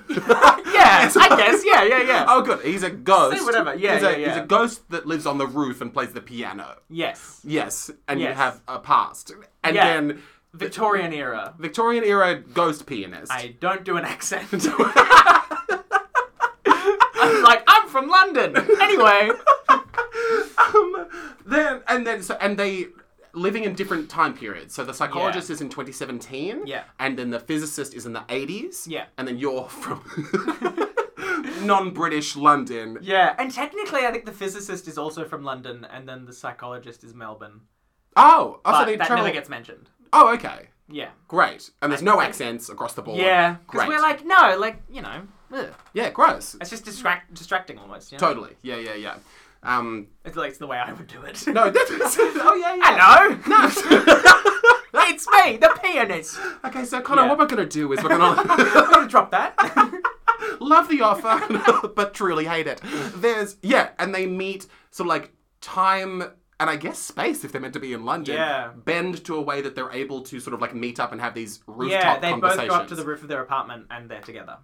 B: Yeah, I guess. Yeah, yeah, yeah.
A: Oh, good. He's a ghost.
B: Say whatever. Yeah,
A: he's a,
B: yeah, yeah.
A: He's a ghost that lives on the roof and plays the piano.
B: Yes.
A: Yes, and you
B: Yes.
A: have a past, and
B: Yeah.
A: then
B: Victorian era.
A: Victorian era ghost pianist.
B: I don't do an accent. I'm like, I'm from London. Anyway.
A: um, then and then so and they living in different time periods. So the psychologist is in 2017.
B: Yeah.
A: And then the physicist is in the 80s.
B: Yeah.
A: And then you're from non-British London.
B: Yeah, and technically, I think the physicist is also from London, and then the psychologist is Melbourne.
A: Oh, oh, so
B: But
A: they
B: that
A: travel.
B: never gets mentioned.
A: oh, okay.
B: Yeah.
A: Great. And there's no accents across the board.
B: Yeah, because
A: Great.
B: we're like, no, like, you know, ugh.
A: yeah, gross.
B: it's just distract- distracting almost. You know?
A: Totally. Yeah, yeah, yeah. Um,
B: It's like it's the way I would do it.
A: no, that's. oh, yeah, yeah.
B: Hello! No! it's me, the pianist!
A: Okay, so Connor,
B: Yeah.
A: what we're gonna do is we're gonna
B: I'm gonna drop that.
A: love the offer, but truly hate it. There's yeah, and they meet sort of like time and I guess space if they're meant to be in London.
B: Yeah.
A: Bend to a way that they're able to sort of like meet up and have these rooftop
B: yeah, they both
A: conversations.
B: go up to the roof of their apartment and they're together.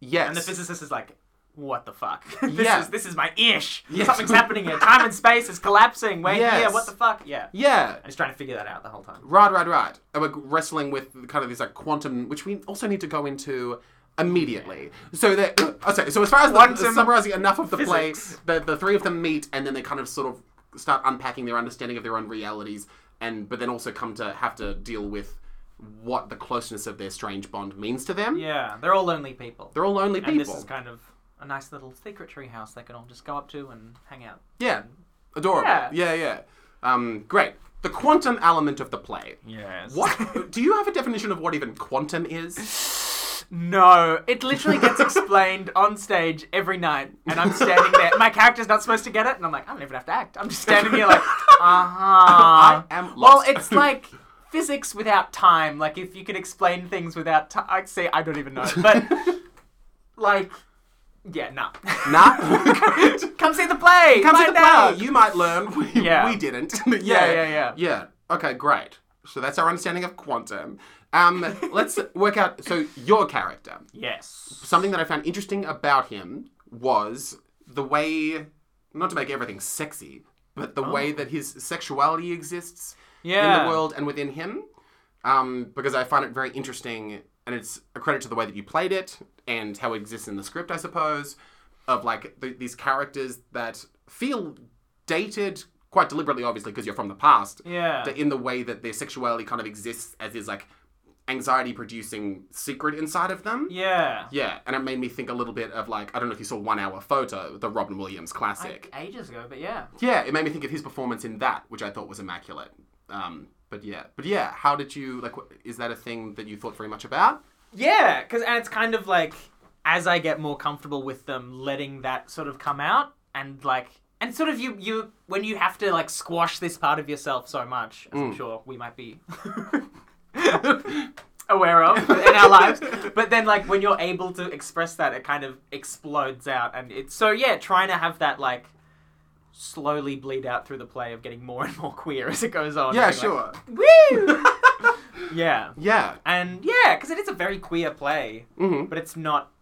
A: yes.
B: And the physicist is like, what the fuck? this
A: Yeah.
B: is this is my ish.
A: Yeah.
B: Something's happening here. Time and space is collapsing. Wait
A: Yes.
B: here, what the fuck? Yeah.
A: yeah.
B: I was trying to figure that out the whole time.
A: Right, right, right. And we're wrestling with kind of this like quantum, which we also need to go into immediately. So that oh, sorry, so as far as the,
B: Quantum
A: summarizing enough of the play,
B: physics.
A: the the three of them meet, and then they kind of sort of start unpacking their understanding of their own realities, and but then also come to have to deal with what the closeness of their strange bond means to them.
B: Yeah, they're all lonely people.
A: They're all lonely
B: and
A: people.
B: this is kind of a nice little secretary house they can all just go up to and hang out.
A: yeah, adorable. Yeah,
B: Yeah.
A: yeah. Um, great. The quantum element of the play.
B: Yes.
A: What do you have a definition of what even quantum is?
B: No, it literally gets explained on stage every night, and I'm standing there. My character's not supposed to get it, and I'm like, I don't even have to act. I'm just standing here like, uh huh.
A: I am
B: Well,
A: lost.
B: it's like physics without time. Like if you could explain things without time, I see. I don't even know, but like Yeah, nah.
A: Nah.
B: Come see the play.
A: Come to
B: Find
A: the play.
B: out.
A: You might learn. We,
B: Yeah.
A: we didn't.
B: yeah, yeah.
A: Yeah. Okay, great. So that's our understanding of quantum. Um, let's work out. So your character.
B: Yes.
A: Something that I found interesting about him was the way, not to make everything sexy, but the way that his sexuality exists in
B: Oh. Yeah.
A: the world and within him. Um, because I find it very interesting, and it's a credit to the way that you played it and how it exists in the script, I suppose, of like th- these characters that feel dated quite deliberately, obviously, because you're from the past
B: Yeah.
A: that in the way that their sexuality kind of exists as is like anxiety producing secret inside of them.
B: Yeah.
A: Yeah, and it made me think a little bit of like I don't know if you saw One Hour Photo, the Robin Williams classic.
B: Ages ago, but yeah.
A: yeah, it made me think of his performance in that, which I thought was immaculate. Um, but yeah, but yeah, how did you like? wh- Is that a thing that you thought very much about?
B: Yeah, because and it's kind of like as I get more comfortable with them, letting that sort of come out and like and sort of you you when you have to like squash this part of yourself so much, as
A: Mm.
B: I'm sure we might be aware of in our lives. But then like when you're able to express that, it kind of explodes out, and it's so yeah, trying to have that like. Slowly bleed out through the play of getting more and more queer as it goes on.
A: Yeah,
B: Being like,
A: sure.
B: Woo! yeah.
A: Yeah,
B: And yeah, because it is a very queer play,
A: Mhm.
B: but it's not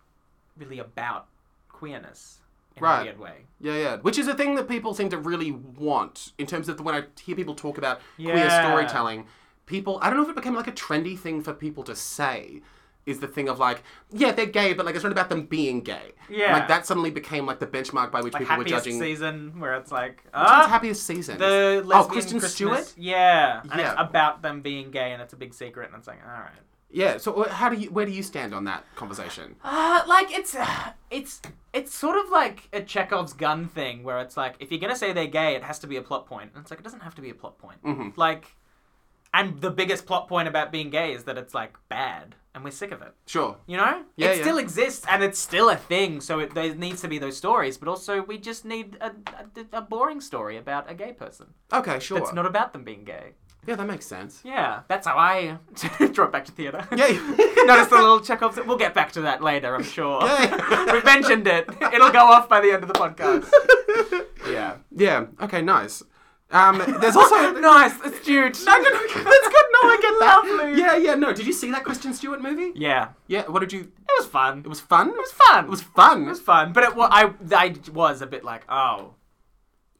B: really about queerness in
A: Right.
B: a weird way.
A: yeah, yeah. Which is a thing that people seem to really want in terms of the, when I hear people talk about queer
B: Yeah.
A: storytelling. People, I don't know if it became like a trendy thing for people to say. Is the thing of like, yeah, they're gay, but like it's not about them being gay.
B: Yeah.
A: like that suddenly became like the benchmark by which people were
B: Happiest
A: judging.
B: season where it's like
A: What's
B: ah,
A: happiest season?
B: the lesbian
A: oh, Kristen
B: Christmas.
A: Stewart.
B: Yeah, and
A: Yeah.
B: it's about them being gay, and it's a big secret, and it's like all right.
A: Yeah. So uh, how do you? Where do you stand on that conversation?
B: Uh, like it's it's it's sort of like a Chekhov's gun thing where it's like if you're gonna say they're gay, it has to be a plot point. And it's like it doesn't have to be a plot point. Like, and the biggest plot point about being gay is that it's like bad, and we're sick of it.
A: Sure.
B: You know,
A: Yeah,
B: it
A: yeah.
B: still exists and it's still a thing. So it, there needs to be those stories, but also we just need a, a, a boring story about a gay person.
A: Okay. Sure.
B: It's not about them being gay.
A: yeah, that makes sense.
B: Yeah, that's how I draw it back to theatre.
A: Yeah.
B: Notice the little Chekhov's. We'll get back to that later, I'm sure.
A: Yeah.
B: We've mentioned it. It'll go off by the end of the podcast.
A: yeah. Yeah. Okay. Nice. Um, there's also
B: nice, it's cute.
A: No, no, no, that's good. No, I get that.
B: Lovely.
A: Yeah, yeah. No, did you see that Kristen Stewart movie?
B: Yeah,
A: Yeah. What did you?
B: it was fun. It
A: It was
B: was
A: fun. It was
B: fun.
A: It was fun.
B: It was fun, but it was, I, I was a bit like, oh,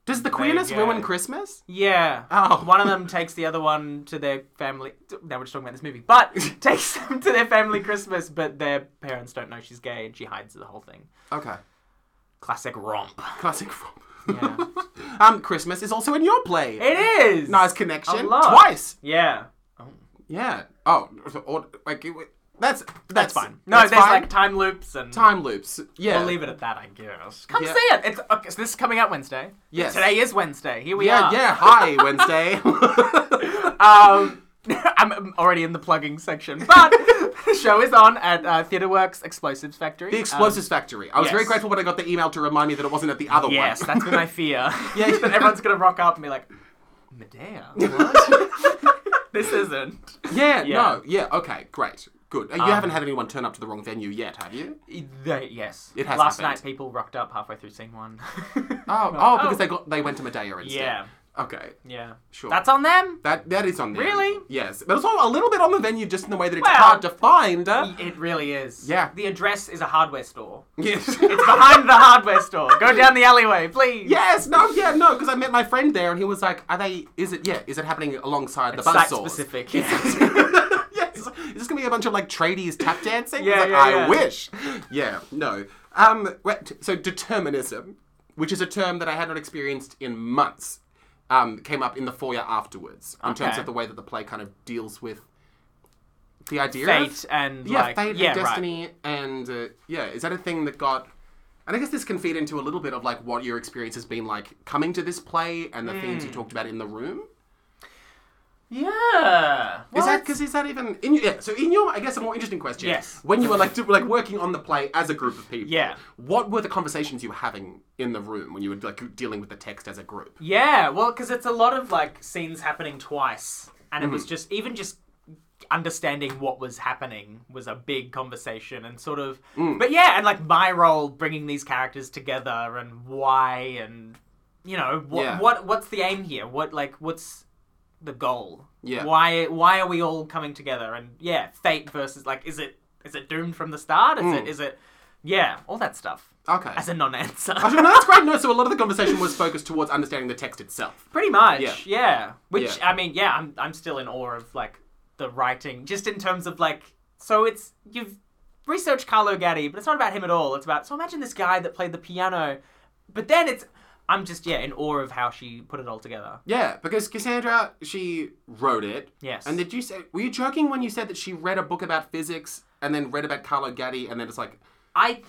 A: Does the queerness
B: There you go.
A: ruin Christmas?
B: Yeah.
A: Oh.
B: One of them takes the other one to their family. Now we're just talking about this movie, but takes them to their family Christmas, but their parents don't know she's gay and she hides the whole thing.
A: Okay.
B: Classic romp.
A: Classic.
B: Yeah.
A: um, Christmas is also in your play.
B: It is.
A: nice connection.
B: A lot.
A: Twice.
B: Yeah.
A: Yeah. Oh, or, like it, that's, that's
B: That's fine. No,
A: that's
B: there's
A: fine.
B: like time loops and.
A: time loops. Yeah.
B: We'll leave it at that, I guess. Come
A: Yeah.
B: see it. It's okay, so this is coming out Wednesday.
A: Yes.
B: Today is Wednesday. Here we
A: Yeah,
B: are.
A: yeah. Hi, Wednesday.
B: Um, I'm I'm already in the plugging section, but the show is on at uh, TheatreWorks Explosives Factory.
A: the Explosives Factory. I was very
B: Um, yes.
A: grateful when I got the email to remind me that it wasn't at the other one.
B: Yes, that's been my fear.
A: Yeah, yeah.
B: that everyone's gonna rock up and be like, Medea, what? this isn't.
A: Yeah,
B: Yeah. Um,
A: no, yeah, okay, great, good. Uh, You haven't had anyone turn up to the wrong venue yet, have you?
B: They- yes.
A: It has
B: Last
A: happened.
B: night, people rocked up halfway through scene one.
A: Oh,
B: Right.
A: oh, because they got they went to Medea instead.
B: yeah,
A: Okay,
B: yeah.
A: sure.
B: That's on them.
A: that that is on them.
B: Really?
A: Yes, but it's all a little bit on the venue, just in the way that it's
B: Well-
A: hard to find. Uh,
B: It really is.
A: Yeah.
B: The address is a hardware store.
A: yes.
B: It's behind the hardware store. Go down the alleyway, please.
A: Yes, no, yeah, no, because I met my friend there, and he was like, "Are they? Is it? Yeah, is it happening alongside the buzz
B: Site
A: saws?"
B: specific.
A: yes. Is this gonna be a bunch of like tradies tap dancing?
B: Yeah,
A: It's like,
B: yeah,
A: I
B: yeah.
A: wish. Yeah, no. Um, wait, so determinism, which is a term that I had not experienced in months, um, came up in the foyer afterwards in terms
B: Okay.
A: of the way that the play kind of deals with the idea of
B: Fate and
A: yeah,
B: like
A: fate and
B: yeah, right.
A: destiny, and uh, yeah, is that a thing that got? And I guess this can feed into a little bit of like what your experience has been like coming to this play and the things
B: Hmm.
A: you talked about in the room.
B: Yeah.
A: Is
B: Well,
A: that
B: it's-
A: because is that even in your, yeah? So in your, I guess, a more interesting question.
B: Yes.
A: When you were like do, like working on the play as a group of people.
B: Yeah.
A: What were the conversations you were having in the room when you were like dealing with the text as a group? Hmm.
B: Yeah, well, because it's a lot of like scenes happening twice, and it was just even just understanding what was happening was a big conversation and sort of
A: Hmm.
B: but yeah and like my role bringing these characters together and why and you know what
A: Yeah.
B: what what's the aim here what like what's the goal
A: Yeah.
B: why why are we all coming together and yeah fate versus like is it is it doomed from the start is
A: Hmm.
B: it is it yeah all that stuff
A: Okay.
B: as a non-answer
A: I don't know, that's great. No, so a lot of the conversation was focused towards understanding the text itself.
B: Pretty much,
A: Yeah.
B: yeah. Which
A: Yeah.
B: I mean, yeah, I'm I'm still in awe of like the writing, just in terms of like. So it's you've researched Carlo Gatti, but it's not about him at all. It's about so imagine this guy that played the piano, but then it's I'm just yeah in awe of how she put it all together.
A: Yeah, because Cassandra, she wrote it.
B: Yes.
A: And did you say, were you joking when you said that she read a book about physics and then read about Carlo Gatti and then it's like,
B: I,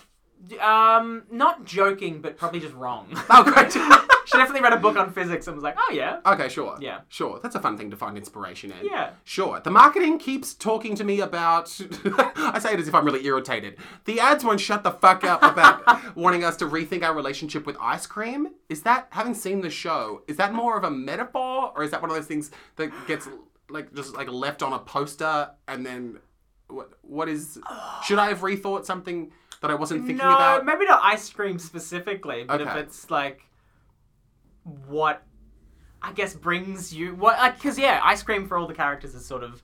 B: um, not joking, but probably just wrong.
A: oh, great.
B: she definitely read a book on physics and was like, oh yeah,
A: okay, sure.
B: Yeah.
A: Sure. That's a fun thing to find inspiration in.
B: Yeah.
A: Sure. The marketing keeps talking to me about. I say it as if I'm really irritated. The ads won't shut the fuck up about wanting us to rethink our relationship with ice cream. Is that, having seen the show, is that more of a metaphor or is that one of those things that gets like just like left on a poster and then what, what is. Should I have rethought something that I wasn't thinking
B: no,
A: about?
B: maybe not ice cream specifically, but if
A: Okay.
B: it's like what I guess brings you what like because yeah, ice cream for all the characters is sort of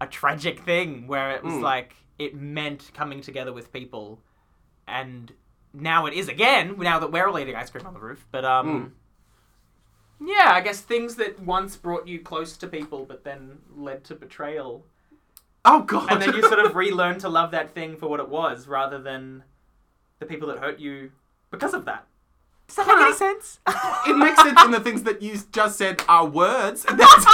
B: a tragic thing where it
A: Hmm.
B: was like it meant coming together with people, and now it is again. Now that we're all eating ice cream on the roof, but um.
A: Hmm.
B: Yeah, I guess things that once brought you close to people but then led to betrayal
A: Oh, God.
B: and then you sort of relearn to love that thing for what it was rather than the people that hurt you because of that. Does that make any sense?
A: it makes sense in the things that you just said are words. And that's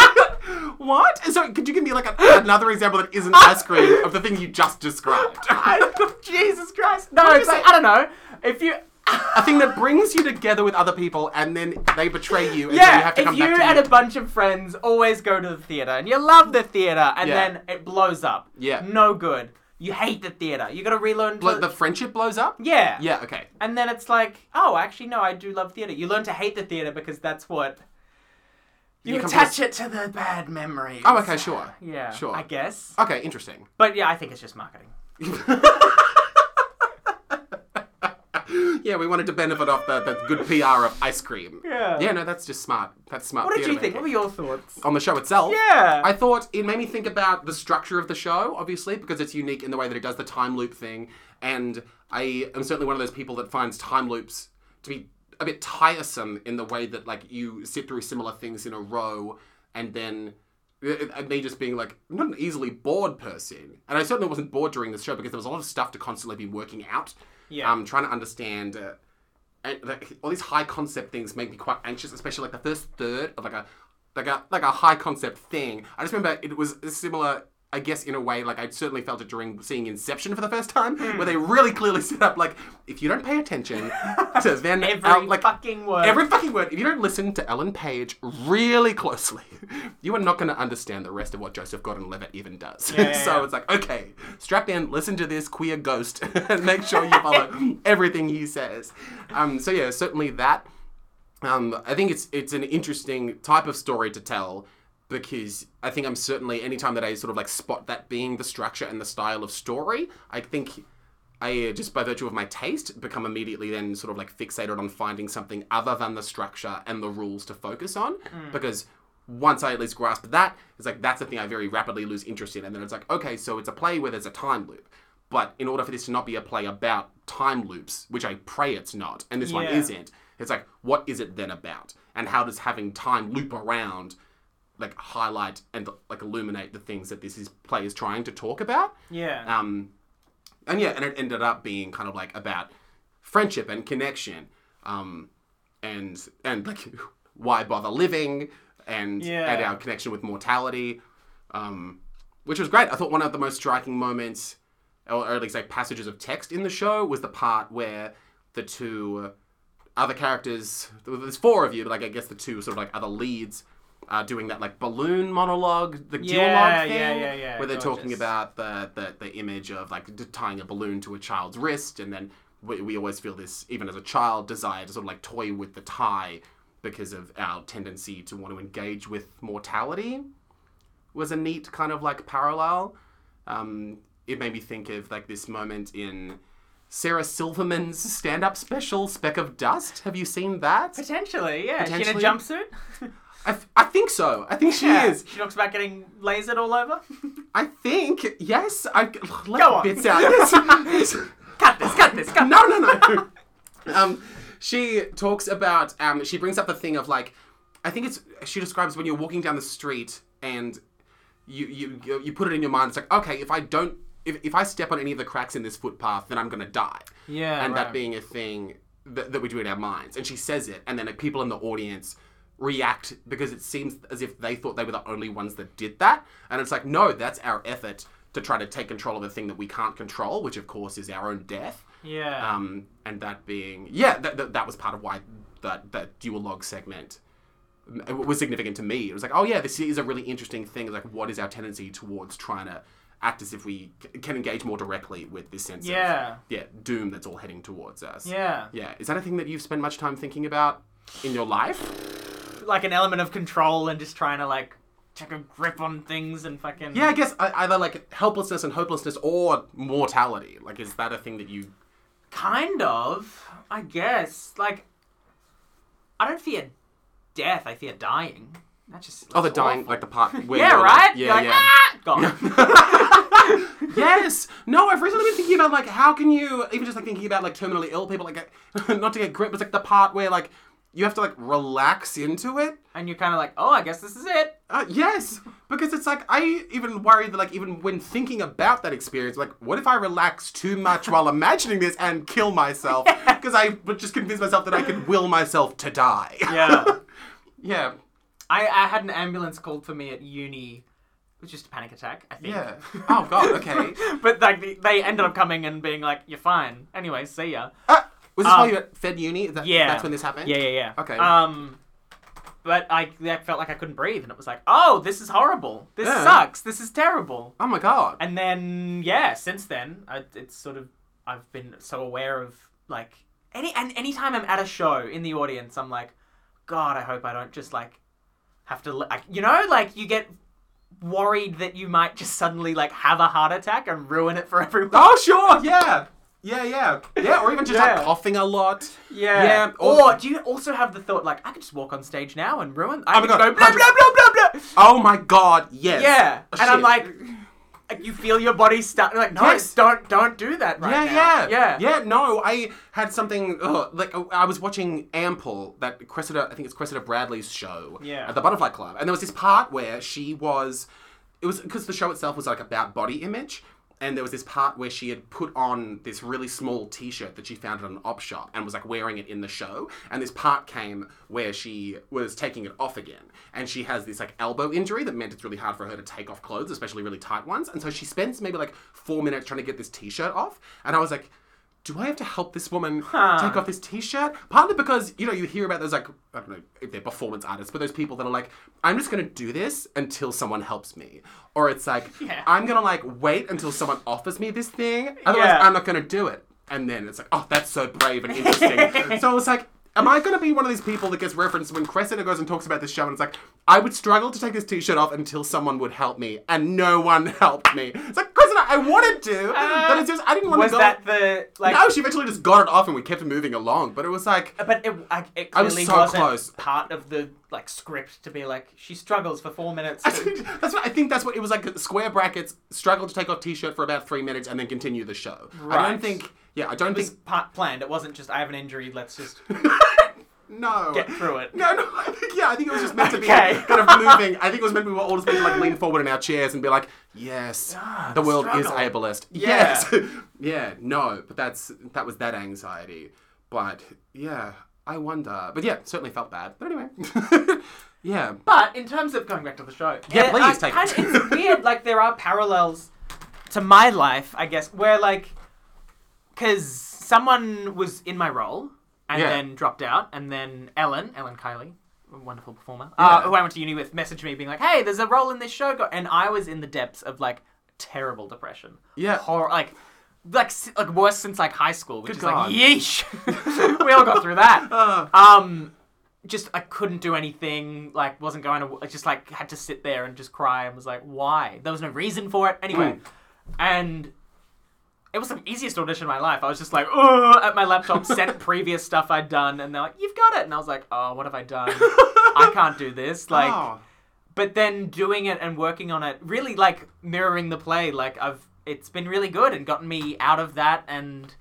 A: what? So could you give me like a, another example that isn't ice cream of the thing you just described?
B: I- Jesus Christ. No,
A: did
B: it's
A: you
B: like,
A: say?
B: I don't know. If you.
A: a thing that brings you together with other people and then they betray you and then you
B: Yeah,
A: have to
B: if
A: come
B: you
A: back to
B: and
A: you.
B: a bunch of friends always go to the theater and you love the theater and
A: Yeah.
B: then it blows up.
A: Yeah.
B: No good. You hate the theater. You gotta relearn to.
A: Blo- the friendship blows up?
B: yeah.
A: Yeah, okay.
B: And then it's like, oh, actually, no, I do love theater. You learn to hate the theater because that's what. You,
A: You come to
B: attach it to the bad memories.
A: Oh, okay, sure.
B: Yeah,
A: Sure.
B: I guess.
A: Okay, interesting.
B: But yeah, I think it's just marketing.
A: Yeah, we wanted to benefit off the, the good PR of ice cream.
B: Yeah.
A: Yeah, no, that's just smart. That's smart.
B: What did
A: theatre
B: you think? What
A: making.
B: were your thoughts?
A: on the show itself.
B: Yeah.
A: I thought it made me think about the structure of the show, obviously, because it's unique in the way that it does the time loop thing. And I am certainly one of those people that finds time loops to be a bit tiresome in the way that, like, you sit through similar things in a row and then. uh, And me just being like, I'm not an easily bored person. And I certainly wasn't bored during this show because there was a lot of stuff to constantly be working out.
B: Yeah.
A: Um, trying to understand. Uh, and like all these high concept things make me quite anxious, especially like the first third of like a like a like a high concept thing. I just remember it was similar, I guess, in a way. Like I certainly felt it during seeing Inception for the first time, where they really clearly set up like if you don't pay attention to then
B: Every
A: Al- like
B: fucking word.
A: every fucking word, if you don't listen to Ellen Page really closely, you are not going to understand the rest of what Joseph Gordon-Levitt even does.
B: Yeah, yeah,
A: so
B: yeah.
A: it's like okay, strap in, listen to this queer ghost, and make sure you follow everything he says. Um, so yeah, certainly that. Um, I think it's it's an interesting type of story to tell because I think I'm certainly anytime that I sort of like spot that being the structure and the style of story, I think I uh, just by virtue of my taste become immediately then sort of like fixated on finding something other than the structure and the rules to focus on because once I at least grasp that, it's like that's the thing I very rapidly lose interest in, and then it's like okay, so it's a play where there's a time loop. But in order for this to not be a play about time loops, which I pray it's not, and this one
B: Yeah.
A: isn't, it's like, what is it then about? And how does having time loop around, like, highlight and like illuminate the things that this is play is trying to talk about?
B: yeah.
A: Um, and yeah, and it ended up being kind of like about friendship and connection, um, and and like why bother living, and
B: Yeah.
A: and our connection with mortality, um, which was great. I thought one of the most striking moments, or or at least like passages of text in the show, was the part where the two other characters, there's four of you, but like I guess the two sort of like other leads. are doing that like balloon monologue, the
B: Yeah,
A: duologue thing,
B: yeah, yeah, yeah,
A: where they're talking
B: gorgeous.
A: about about the, the, the image of like d- tying a balloon to a child's wrist, and then we, we always feel this, even as a child, desire to sort of like toy with the tie because of our tendency to want to engage with mortality. was a neat kind of like parallel. Um, it made me think of like this moment in Sarah Silverman's stand-up special, Speck of Dust. Have you seen that?
B: Potentially, yeah.
A: Potentially.
B: She in a jumpsuit?
A: I, f- I think so. I think
B: Yeah.
A: she is.
B: She talks about getting lasered all over.
A: I think yes. I let
B: Go on.
A: bits out. This-
B: cut this, cut this, cut
A: no, no, no. um, she talks about. Um, she brings up the thing of like, I think it's. She describes when you're walking down the street and you you you- you put it in your mind. It's like okay, if I don't, if if I step on any of the cracks in this footpath, then I'm gonna die.
B: Yeah,
A: and that
B: right.
A: being a thing that, that we do in our minds. And she says it, and then the people in the audience react because it seems as if they thought they were the only ones that did that. And it's like, no, that's our effort to try to take control of the thing that we can't control, which of course is our own death.
B: Yeah.
A: Um, and that being, yeah, that, that, that was part of why that, that dual log segment m- was significant to me. It was like, oh yeah, this is a really interesting thing. Like, what is our tendency towards trying to act as if we c- can engage more directly with this sense
B: Yeah.
A: of yeah, doom that's all heading towards us.
B: yeah.
A: Yeah. Is that a thing that you've spent much time thinking about in your life?
B: Like an element of control and just trying to like take a grip on things and fucking
A: Yeah, I guess ei- either like helplessness and hopelessness or mortality. Like, is that a thing that you?
B: Kind of, I guess. Like, I don't fear death. I fear dying. That just
A: Oh, the
B: that's
A: dying,
B: awful.
A: like the part where
B: yeah,
A: you're like-
B: right.
A: yeah,
B: You're like,
A: yeah.
B: "Ah!" Gone.
A: Yes. No, I've recently been thinking about like how can you even just like thinking about like terminally ill people like not to get grip, but it's like the part where like you have to like relax into it.
B: and you're kind of like, oh, I guess this is it.
A: Uh, yes, because it's like I even worry that like even when thinking about that experience, like what if I relax too much while imagining this and kill myself because I would just convince myself that I could will myself to die.
B: Yeah.
A: yeah.
B: I, I had an ambulance called for me at uni. It was just a panic attack, I think.
A: Yeah. Oh god. Okay.
B: but like they- they ended up coming and being like, "You're fine." Anyway, see ya.
A: Uh, was this
B: Um,
A: while you were at Fed Uni? That,
B: Yeah.
A: That's when this happened.
B: Yeah, yeah, yeah.
A: Okay.
B: Um, but I, I felt like I couldn't breathe, and it was like, "Oh, this is horrible. This
A: Yeah.
B: sucks. This is terrible."
A: Oh my god.
B: And then yeah, since then I, it's sort of I've been so aware of like any and anytime I'm at a show in the audience, I'm like, God, I hope I don't just like have to like you know like you get worried that you might just suddenly like have a heart attack and ruin it for everyone.
A: Oh sure, yeah, yeah, yeah, yeah, or even just
B: Yeah.
A: like coughing a lot.
B: Yeah.
A: Yeah,
B: Or,
A: or-
B: do you also have the thought like I could just walk on stage now and ruin? I
A: my
B: could go
A: God,
B: blah blah blah blah blah.
A: Oh my god, yes.
B: Yeah.
A: Oh,
B: and I'm
A: shit.
B: like, like, you feel your body start like no,
A: Yes.
B: don't don't do that
A: yeah,
B: right now.
A: yeah, yeah. No, I had something ugh, like I was watching Ample, that Cressida, I think it's Cressida Bradley's show
B: Yeah.
A: at the Butterfly Club, and there was this part where she was, it was because the show itself was like about body image. And there was this part where she had put on this really small T-shirt that she found at an op shop and was like wearing it in the show. And this part came where she was taking it off again, and she has this like elbow injury that meant it's really hard for her to take off clothes, especially really tight ones. And so she spends maybe like four minutes trying to get this T-shirt off. And I was like, do I have to help this woman take off this t-shirt? Partly because, you know, you hear about those like I don't know if they're performance artists, but those people that are like, I'm just gonna do this until someone helps me. Or it's like,
B: Yeah.
A: I'm gonna like wait until someone offers me this thing, otherwise
B: Yeah.
A: I'm not gonna do it. And then it's like, oh, that's so brave and interesting. so I was like, am I gonna be one of these people that gets referenced when Cressida goes and talks about this show and it's like, I would struggle to take this t-shirt off until someone would help me, and no one helped me. It's like Cressida, I wanted to, but it's just I didn't want
B: Uh, Was
A: to go.
B: that the like?
A: No, she eventually just got it off and we kept moving along, but it was like,
B: But it, I, it
A: was
B: clearly
A: so
B: was not
A: close.
B: part of the like script to be like she struggles for four minutes.
A: I think- that's what, I think that's what it was like square brackets, struggle to take off t shirt for about three minutes and then continue the show. I
B: Right.
A: don't think, yeah, I don't
B: It's
A: think,
B: part planned. It wasn't just I have an injury. Let's just
A: no.
B: get through it.
A: No, no, I think, yeah, I think it was just meant to be
B: Okay.
A: kind of moving. I think it was meant we were all just meant to like lean forward in our chairs and be like, yes, the world is
B: struggle.
A: ableist.
B: Yeah.
A: Yes. yeah, no, but that's, that was that anxiety. But yeah, I wonder. But yeah, certainly felt bad. But anyway, yeah.
B: But in terms of going back to the show,
A: Yeah,
B: uh,
A: please
B: I
A: take
B: kinda-
A: it.
B: It's weird. Like there are parallels to my life, I guess, where like because someone was in my role and
A: Yeah.
B: then dropped out, and then Ellen, Ellen Kiley, a wonderful performer, uh,
A: Yeah.
B: who I went to uni with, messaged me being like, "Hey, there's a role in this show," go-" and I was in the depths of like terrible depression.
A: Yeah.
B: horror like. Like, s- like worse since like high school, which is
A: God.
B: like yeesh. we all got through that.
A: Uh,
B: Um, just I couldn't do anything. Like wasn't going to. I just like had to sit there and just cry and was like, why? There was no reason for it.
A: Mm.
B: Anyway, and it was the easiest audition of my life. I was just like, oh, at my laptop, sent previous stuff I'd done, and they're like, you've got it, and I was like, oh, what have I done? I can't do this. Like,
A: Oh.
B: but then doing it and working on it, really like mirroring the play. Like I've, it's been really good and gotten me out of that and.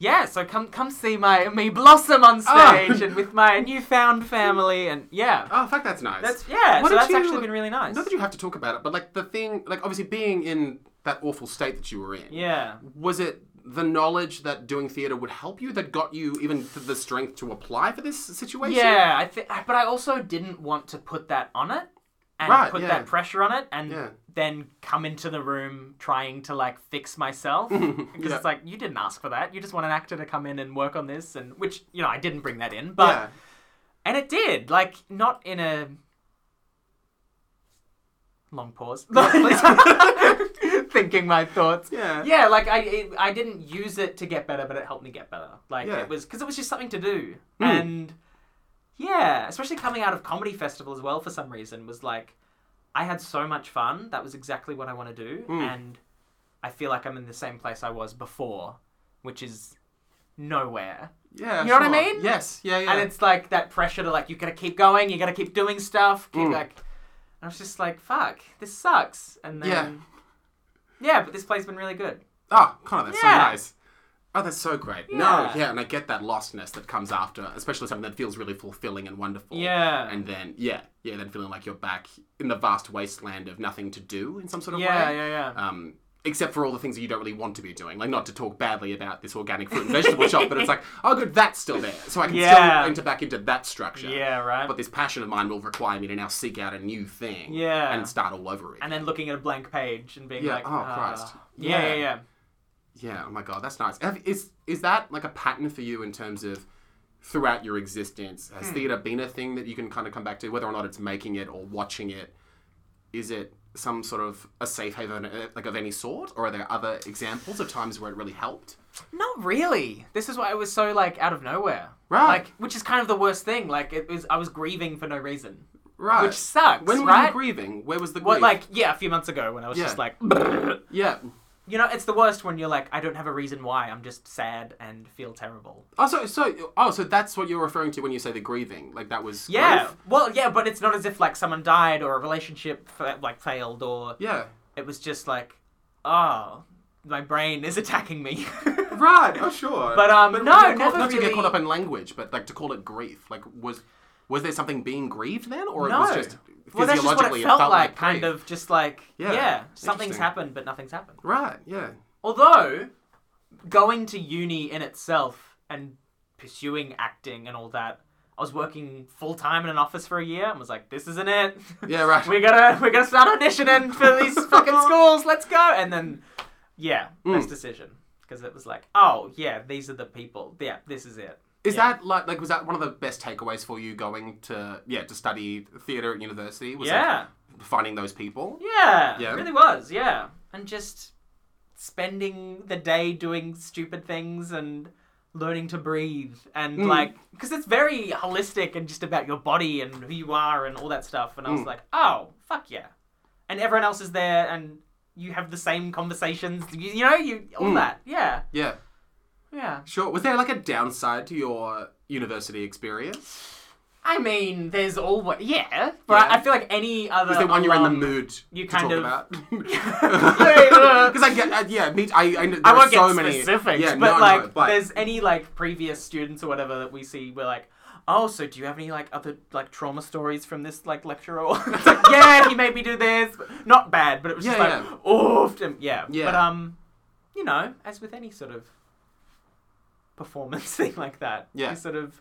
B: Yeah, so come come see my me blossom on stage and with my newfound family and yeah.
A: Oh, fuck, that's nice.
B: That's yeah.
A: Why
B: so
A: don't
B: that's
A: you-
B: actually been really nice.
A: Not that you have to talk about it, but like the thing, like obviously being in that awful state that you were in.
B: yeah.
A: Was it the knowledge that doing theatre would help you that got you even th- the strength to apply for this situation?
B: Yeah, I think, but I also didn't want to put that on it and
A: Right,
B: put
A: yeah.
B: that pressure on it, and
A: Yeah.
B: then come into the room trying to like fix myself because
A: Yeah.
B: it's like you didn't ask for that. You just want an actor to come in and work on this, and which you know I didn't bring that in, but
A: Yeah.
B: and it did like not in a long pause. Thinking my thoughts.
A: Yeah.
B: Yeah, like I, it, I didn't use it to get better, but it helped me get better. Like
A: Yeah. Hmm.
B: it was because it was just something to do, and yeah, especially coming out of comedy festival as well for some reason was like I had so much fun. That was exactly what I want to
A: Hmm.
B: do, and I feel like I'm in the same place I was before, which is nowhere.
A: Yeah.
B: You know what I
A: sure.
B: mean?
A: Yes. Yeah. Yeah.
B: And it's like that pressure to like you gotta keep going, you gotta keep doing stuff, keep
A: Hmm.
B: like. And I was just like, "Fuck, this sucks." And then,
A: Yeah.
B: yeah, but this play's been really good.
A: Oh, Connor, that's
B: Yeah.
A: so nice. Oh, that's so great.
B: Yeah.
A: No, yeah, and I get that lostness that comes after, especially something that feels really fulfilling and wonderful.
B: Yeah.
A: And then, yeah, yeah, then feeling like you're back in the vast wasteland of nothing to do in some sort of
B: Yeah,
A: way.
B: yeah, yeah.
A: Um, except for all the things that you don't really want to be doing. Like, not to talk badly about this organic fruit and vegetable shop, but it's like, oh, good, that's still there. So I can
B: Yeah.
A: still enter back into that structure.
B: Yeah, right.
A: But this passion of mine will require me to now seek out a new thing.
B: Yeah.
A: And start all over again.
B: and then looking at a blank page and being
A: Yeah,
B: like,
A: oh,
B: "Ah."
A: Christ.
B: Yeah, yeah,
A: Yeah.
B: yeah.
A: Yeah. Oh my god, that's nice. Have, is is that like a pattern for you in terms of throughout your existence? Has
B: Hmm.
A: theatre been a thing that you can kind of come back to, whether or not it's making it or watching it? Is it some sort of a safe haven, uh, like of any sort, or are there other examples of times where it really helped?
B: Not really. This is why it was so like out of nowhere.
A: Right.
B: Like, which is kind of the worst thing. Like, it was I was grieving for no reason.
A: Right.
B: Which sucks,
A: When were
B: right?
A: you grieving? Where was the grief?
B: But like, yeah, a few months ago when I was
A: Yeah.
B: just like,
A: yeah.
B: you know, it's the worst when you're like, I don't have a reason why. I'm just sad and feel terrible.
A: Oh, so so oh, so that's what you're referring to when you say the grieving. Like that was
B: Yeah.
A: grief?
B: Well, yeah, but it's not as if like someone died or a relationship fa- like failed or
A: Yeah.
B: it was just like, oh, my brain is attacking me.
A: Right. Oh, sure.
B: But, um, no,
A: not to
B: never
A: call, not to
B: really-
A: get caught up in language, but like to call it grief. Like, was was there something being grieved then, or
B: No.
A: it was just physiologically
B: well, that's just what it felt, like, kind
A: grief?
B: of just like yeah,
A: Yeah,
B: something's
A: interesting.
B: happened, but nothing's happened.
A: Right. Yeah.
B: Although going to uni in itself and pursuing acting and all that, I was working full time in an office for a year and was like, "This isn't it.
A: Yeah. Right.
B: we gotta we gotta start auditioning for these fucking schools. Let's go!" And then yeah,
A: Mm.
B: this decision because it was like, "Oh yeah, these are the people. Yeah, this is it."
A: Is that like like was that one of the best takeaways for you going to yeah to study theater at university? Was like,
B: Yeah.
A: finding those people.
B: Yeah,
A: Yeah.
B: it really was. Yeah, and just spending the day doing stupid things and learning to breathe and
A: Mm.
B: like because it's very holistic and just about your body and who you are and all that stuff. And I
A: Mm.
B: was like, oh fuck yeah, and everyone else is there and you have the same conversations. You, you know, you all
A: Mm.
B: that. Yeah,
A: Yeah.
B: yeah.
A: Sure. Was there like a downside to your university experience?
B: I mean, there's always yeah, but
A: Yeah.
B: I feel like any other.
A: Is there one you're in the
B: alum-
A: mood
B: Um, you
A: to
B: kind
A: talk
B: of-
A: about?
B: yeah.
A: Because I get uh, yeah, me, I I, there
B: I
A: are
B: won't
A: so
B: get
A: many
B: specifics,
A: yeah,
B: but
A: no, no,
B: like,
A: but-
B: there's any like previous students or whatever that we see, we're like, oh, so do you have any like other like trauma stories from this like lecturer? It's like, yeah, he made me do this. Not bad, but it was just
A: Yeah,
B: like, oof, and- yeah.
A: Yeah.
B: But um, you know, as with any sort of performance thing like that,
A: Yeah.
B: you sort of.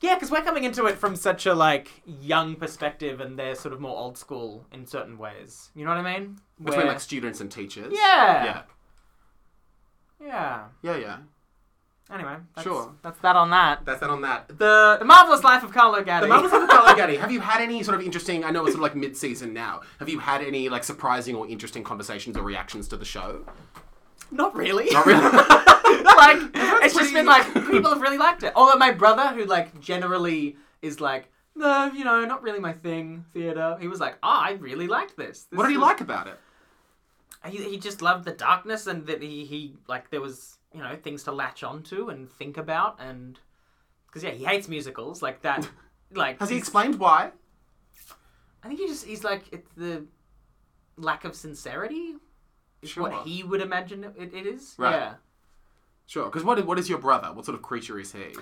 B: Yeah, because we're coming into it from such a like young perspective, and they're sort of more old school in certain ways. You know what I mean?
A: between
B: Where-
A: like students and teachers.
B: Yeah.
A: Yeah.
B: yeah.
A: Yeah, yeah.
B: Anyway, that's,
A: Sure.
B: That's that on that.
A: That's that on that.
B: The marvelous life of Carlo Gatti.
A: The Marvelous Mrs. Caligari, have you had any sort of interesting, I know it's sort of like mid-season now, have you had any like surprising or interesting conversations or reactions to the show?
B: Not really.
A: Not really.
B: like it's just been like
A: pretty-
B: people have really liked it. Although my brother, who like generally is like, no, you know, not really my thing, theater. He was like, oh, I really liked this. This
A: What did he
B: was-
A: like about it?
B: He, he just loved the darkness and that he he like there was you know things to latch onto and think about and because yeah, he hates musicals like that. Like
A: Has he
B: he's-
A: explained why?
B: I think he just he's like it's the lack of sincerity. Is
A: Sure.
B: what he would imagine it, it is.
A: Right.
B: Yeah.
A: Sure. Because what, what is your brother? What sort of creature is he?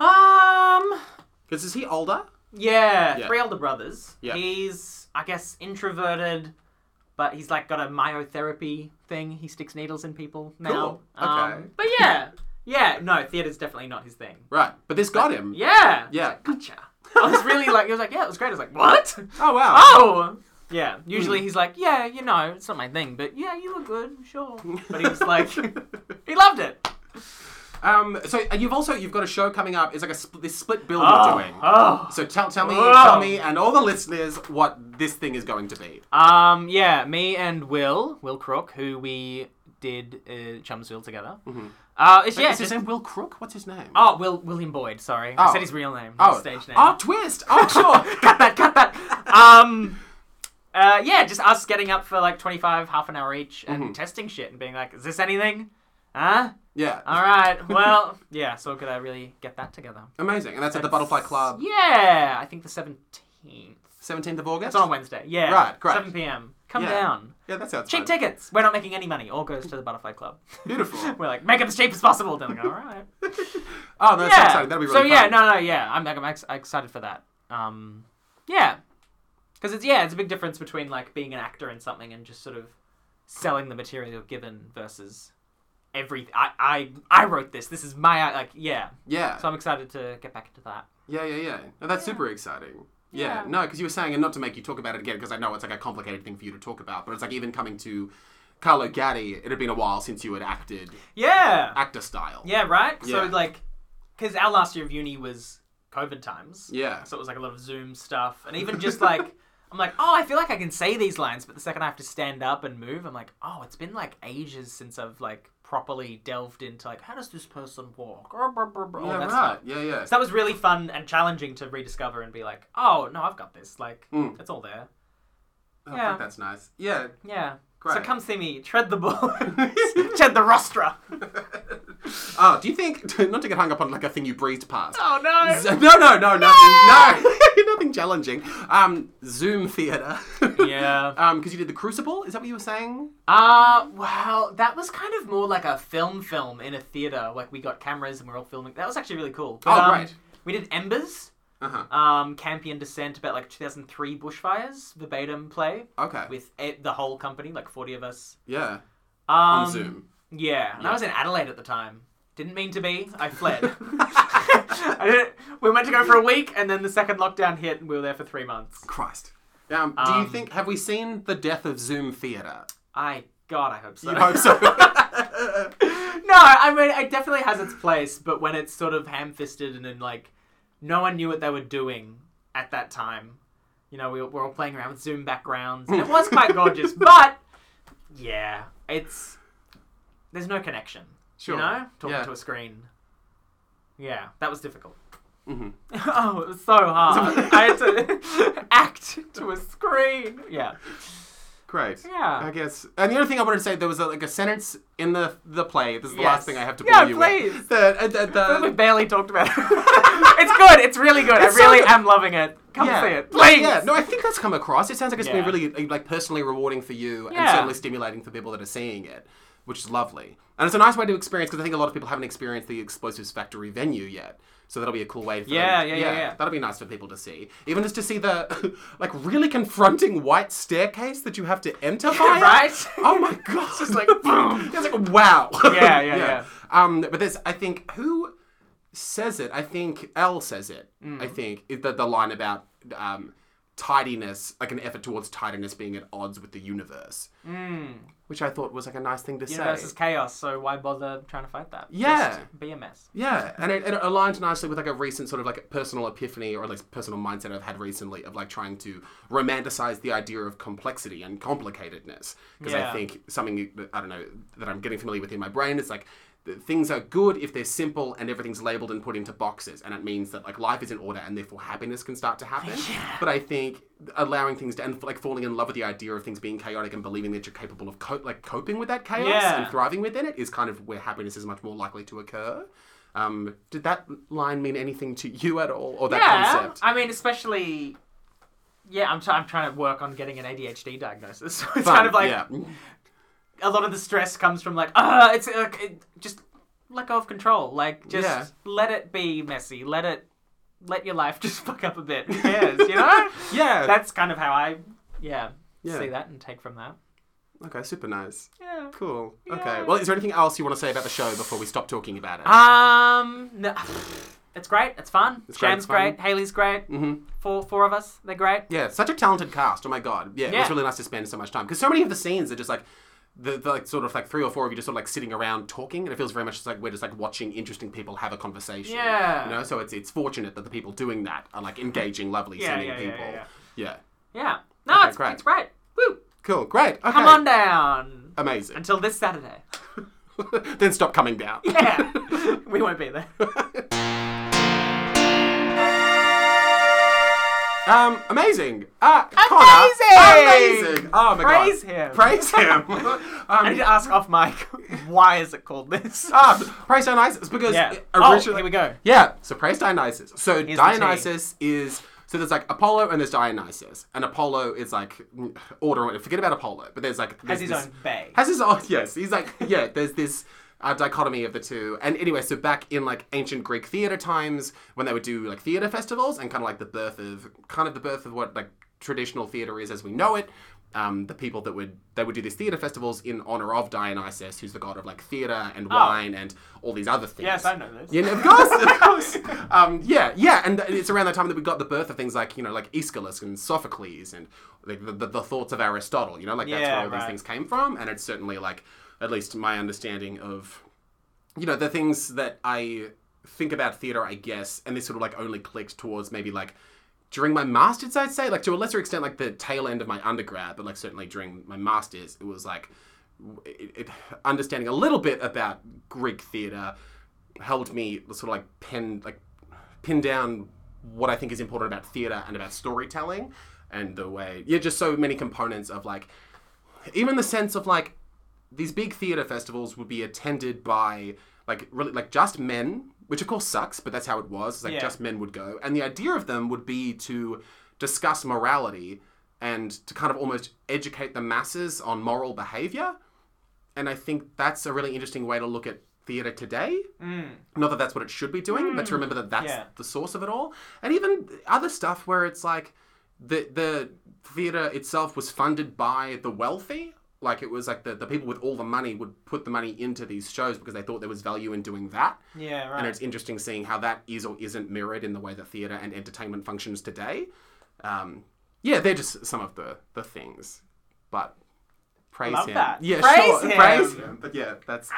B: Um.
A: Because is he older?
B: Yeah,
A: Yeah.
B: three older brothers.
A: Yeah.
B: He's, I guess, introverted, but he's like got a myotherapy thing. He sticks needles in people now.
A: Cool.
B: Um,
A: Okay.
B: but yeah, yeah, no, theater's definitely not his thing.
A: Right. But this got him.
B: Yeah.
A: Yeah.
B: Gotcha. I was really like, he was like, yeah, it was great. I was like, what?
A: Oh, wow.
B: Oh. Yeah.
A: Hmm.
B: Usually he's like, yeah, you know, it's not my thing, but yeah, you look good, sure. But he was like, he loved it.
A: Um, so and you've also you've got a show coming up. It's like a spl- this split bill
B: Oh,
A: you're doing.
B: oh.
A: So tell tell me
B: Oh.
A: tell me and all the listeners what this thing is going to be.
B: Um, yeah, me and Will, Will Crook, who we did uh, Chumsville together.
A: Mm-hmm.
B: Uh, it's, yeah,
A: is his
B: just-
A: name Will Crook? What's his name?
B: oh, Will William Boyd. Sorry, I
A: Oh.
B: said his real name, not
A: oh,
B: his stage name.
A: oh twist. Oh sure.
B: cut that, cut that. Um, uh, yeah, just us getting up for like twenty-five, half an hour each, and
A: Mm-hmm.
B: testing shit, and being like, "Is this anything? Huh?
A: yeah.
B: All right. Well, yeah. So could I really get that together?
A: Amazing. And that's at the Butterfly Club,
B: Yeah, I think the seventeenth.
A: seventeenth of August.
B: It's on a Wednesday. Yeah.
A: Right, great.
B: Seven p.m. Come
A: Yeah.
B: down.
A: yeah, that sounds
B: Cheap
A: fun.
B: tickets. We're not making any money. All goes to the Butterfly Club.
A: Beautiful.
B: We're like, make it as cheap as possible. They're like, all right.
A: Oh, no, that's so
B: yeah.
A: exciting. That'll be really
B: so
A: fun.
B: yeah, no, no, yeah. I'm, I'm ex- excited for that. Um, yeah, because it's yeah, it's a big difference between like being an actor in something and just sort of selling the material you're given versus everything. I, I, I wrote this. This is my like yeah.
A: Yeah.
B: So I'm excited to get back into that.
A: Yeah, yeah, yeah. No, that's super exciting. Yeah,
B: Yeah.
A: no, because you were saying, and not to make you talk about it again, because I know it's like a complicated thing for you to talk about, but it's like even coming to Carlo Gatti, it had been a while since you had acted
B: Yeah.
A: actor style.
B: Yeah, right? So,
A: Yeah.
B: like, because our last year of uni was COVID times.
A: Yeah.
B: So it was like a lot of Zoom stuff. And even just like, I'm like, oh, I feel like I can say these lines, but the second I have to stand up and move, I'm like, oh, it's been like ages since I've like properly delved into like, how does this person walk? Or, br- br- br- all
A: Yeah,
B: that
A: right.
B: stuff.
A: Yeah, yeah.
B: oh, So that was really fun and challenging to rediscover and be like, oh, no, I've got this. Like,
A: Hmm.
B: it's all there.
A: Oh,
B: yeah.
A: fuck, that's nice. Yeah.
B: Yeah. So
A: Great.
B: come see me, tread the ball, tread the rostra.
A: Oh, do you think, not to get hung up on like a thing you breezed past.
B: Oh no!
A: Z- No, no, no, nothing. No, nothing challenging. Um, Zoom theater.
B: Yeah.
A: Um, because you did the Crucible. Is that what you were saying?
B: Uh, well, that was kind of more like a film film in a theater. Like, we got cameras and we're all filming. That was actually really cool. But, um,
A: Oh, great.
B: We did Embers,
A: Uh huh.
B: um, Campion Descent, about like 2003 bushfires, verbatim play,
A: Okay.
B: with e the whole company, like 40 of us.
A: yeah.
B: Um,
A: On Zoom.
B: Yeah, and I was in Adelaide at the time. Didn't mean to be. I fled. I didn't, we were meant to go for a week, and then the second lockdown hit, and we were there for three months.
A: Christ. Um, do you
B: Um,
A: think have we seen the death of Zoom theater?
B: I, God, I hope so.
A: You hope so.
B: No, I mean it definitely has its place, but when it's sort of ham-fisted and then like no one knew what they were doing at that time. You know, we were all playing around with Zoom backgrounds, and it was quite gorgeous. But yeah, it's there's no connection.
A: Sure.
B: You know, talking
A: Yeah.
B: to a screen. Yeah, that was difficult.
A: Mhm.
B: oh, it was so hard. I had to act to a screen. Yeah.
A: Great.
B: Yeah.
A: I guess. And the other thing I wanted to say, there was a, like a sentence in the the play. This is the last
B: Yes.
A: thing I have to
B: Yeah,
A: bore you
B: please.
A: with. The, uh, the,
B: We
A: the,
B: barely talked about it. it's good. It's really good.
A: It's
B: I
A: so
B: really
A: good.
B: am loving it. Come
A: yeah.
B: see it, please.
A: Yeah. No, I think that's come across. It sounds like it's
B: Yeah.
A: been really uh, like personally rewarding for you, and
B: Yeah.
A: certainly stimulating for people that are seeing it, which is lovely. And it's a nice way to experience because I think a lot of people haven't experienced the Explosives Factory venue yet. So that'll be a cool way for
B: Yeah,
A: them.
B: yeah, yeah, yeah.
A: That'll be nice for people to see. Even just to see the like really confronting white staircase that you have to enter via.
B: Right?
A: Oh my god. It's
B: just like, boom.
A: It's like wow.
B: Yeah, yeah, yeah.
A: Um, but there's, I think, who says it? I think L says it. I think is the, the line about um, tidiness, like an effort towards tidiness being at odds with the universe, which I thought was like a nice thing to
B: Universe
A: say.
B: is chaos, so why bother trying to fight that?
A: Yeah.
B: Just be a mess.
A: Yeah, and it, it aligned nicely with like a recent sort of like personal epiphany or like personal mindset I've had recently of like trying to romanticize the idea of complexity and complicatedness because
B: Yeah.
A: I think something I don't know that I'm getting familiar with in my brain is like that things are good if they're simple and everything's labeled and put into boxes, and it means that like life is in order and therefore happiness can start to happen. But I think allowing things to and like falling in love with the idea of things being chaotic and believing that you're capable of co- like coping with that chaos
B: Yeah.
A: and thriving within it is kind of where happiness is much more likely to occur. Um, did that line mean anything to you at all, or that
B: yeah,
A: concept?
B: I mean, especially. Yeah, I'm, try I'm trying to work on getting an ADHD diagnosis. So it's
A: Fun,
B: kind of like
A: yeah.
B: a lot of the stress comes from like, ah, it's uh, it- just let go of control. Like, just
A: Yeah.
B: let it be messy. Let it, let your life just fuck up a bit. Who cares? You know?
A: yeah.
B: That's kind of how I, yeah,
A: Yeah.
B: see that and take from that.
A: okay, super nice.
B: Yeah.
A: Cool. Okay. Well, is there anything else you want to say about the show before we stop talking about it?
B: Uh, Um, no, it's great. It's fun.
A: great,
B: Sham's
A: it's fun.
B: great. Haley's great. Mm-hmm. Four, four of us. They're great.
A: Yeah, such a talented cast. Oh my god. Yeah, it was
B: Yeah.
A: really nice to spend so much time because so many of the scenes are just like the, the like sort of like three or four of you just sort of like sitting around talking, and it feels very much just like we're just like watching interesting people have a conversation.
B: Yeah.
A: You know, so it's it's fortunate that the people doing that are like engaging, lovely,
B: Yeah,
A: sending
B: yeah, yeah,
A: people.
B: yeah,
A: yeah.
B: Yeah. No, it's
A: great.
B: great. It's great. Woo!
A: Cool. Great. Okay.
B: Come on down
A: Amazing.
B: until this Saturday.
A: then stop coming down.
B: Yeah, we won't be there.
A: Oh Um, amazing. Uh,
B: Amazing!
A: Connor, amazing. Oh my
B: Praise
A: god.
B: him.
A: Praise him.
B: I
A: um,
B: need to ask off mic. Why is it called this?
A: ah, praise Dionysus because
B: Yeah. Oh,
A: originally
B: here we go.
A: Yeah, so praise Dionysus. So
B: the
A: Dionysus is so there's like Apollo and there's Dionysus, and Apollo is like mm, order. Forget about Apollo, but there's like
B: Has
A: there's
B: his
A: this-
B: own bay.
A: Has his own yes. He's like yeah. There's this. Uh, dichotomy of the two, and anyway, so back in like ancient Greek theater times, when they would do like theater festivals, and kind of like the birth of kind of the birth of what like traditional theater is as we know it, um, the people that would they would do these theater festivals in honor of Dionysus, who's the god of like theater and wine and all these other things.
B: Oh. Yes, I know this.
A: Yeah, of course, of course. Um, yeah, yeah, and it's around that time that we got the birth of things like you know, like Aeschylus and Sophocles and like the, the, the thoughts of Aristotle. You know, like that's where
B: Yeah,
A: all these
B: right.
A: things came from, and it's certainly like at least my understanding of you know the things that I think about theater, I guess, and this sort of like only clicked towards maybe like. During my masters, I'd say, like to a lesser extent, like the tail end of my undergrad, but like certainly during my masters, it was like w- it, it, understanding a little bit about Greek theater, helped me sort of like pin like pin down what I think is important about theater and about storytelling and the way yeah just so many components of like even the sense of like these big theater festivals would be attended by like really like just men which of course sucks but that's how it was it's like
B: Yeah.
A: just men would go and the idea of them would be to discuss morality and to kind of almost educate the masses on moral behavior and I think that's a really interesting way to look at theater today.
B: Mm,
A: Not that that's what it should be doing, but to remember that that's
B: Yeah.
A: the source of it all. And even other stuff where it's like the the theater itself was funded by the wealthy. Like it was like the, the people with all the money would put the money into these shows because they thought there was value in doing that.
B: Yeah,
A: And
B: right.
A: it's interesting seeing how that is or isn't mirrored in the way that theater and entertainment functions today. Um, yeah, they're just some of the, the things. But praise
B: Love
A: him.
B: that.
A: Yeah,
B: Praise
A: sure.
B: him.
A: Praise him. But yeah, that's.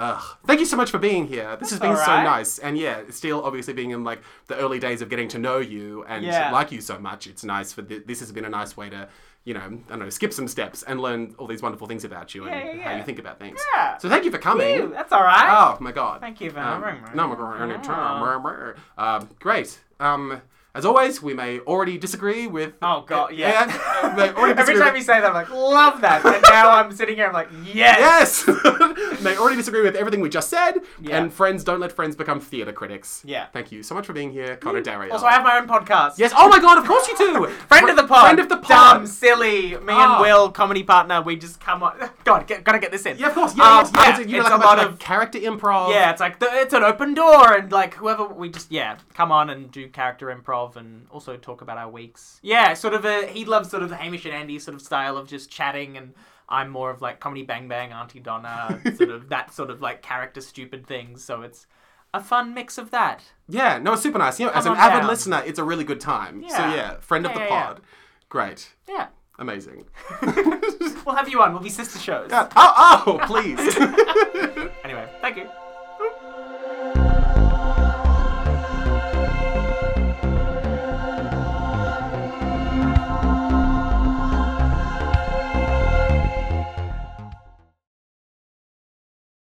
A: Ugh. Thank you so much for being here. This has been
B: all
A: so
B: right.
A: nice. And yeah, still obviously being in like the early days of getting to know you and
B: Yeah.
A: like you so much, it's nice for th- this has been a nice way to, you know, I don't know, skip some steps and learn all these wonderful things about you
B: Yeah,
A: and
B: yeah,
A: how
B: yeah.
A: you think about things.
B: Yeah.
A: So thank you for coming.
B: Phew, that's all right.
A: Oh my god.
B: Thank you for
A: um,
B: having me.
A: No, we're going to turn. Um, great. Um, as always, we may already disagree with.
B: Oh, God, yeah.
A: we may already
B: Every
A: disagree
B: time you
A: with-
B: say that, I'm like, love that. And now I'm sitting here, I'm like, yes.
A: Yes! We may already disagree with everything we just said.
B: Yeah.
A: And friends, don't let friends become theatre critics.
B: Yeah. Mm.
A: Thank you so much for being here, Connor Dario.
B: Also, I have my own podcast.
A: yes, oh my god, of course you do!
B: Friend of the pod.
A: Friend of the pod!
B: Dumb, silly. Me
A: Ah.
B: and Will, comedy partner, we just come on. God, get, gotta get this in.
A: Yeah, of course.
B: Um,
A: Yeah, yes, yes.
B: yeah,
A: You're
B: it's
A: like
B: a lot
A: like
B: of
A: character improv.
B: Yeah, it's like the, it's an open door, and like whoever we just yeah come on and do character improv, and also talk about our weeks. Yeah, sort of a he loves sort of the Hamish and Andy sort of style of just chatting, and I'm more of like comedy bang bang Auntie Donna, sort of that sort of like character stupid things. So it's a fun mix of that.
A: Yeah, no, it's super nice. You know, as an
B: Come on
A: avid
B: down.
A: listener, it's a really good time. So
B: Yeah.
A: yeah, friend of
B: Yeah,
A: the
B: yeah, yeah.
A: pod. Great.
B: Yeah,
A: Amazing.
B: we'll have you on. We'll be sister shows.
A: oh, oh, please.
B: Anyway, thank you.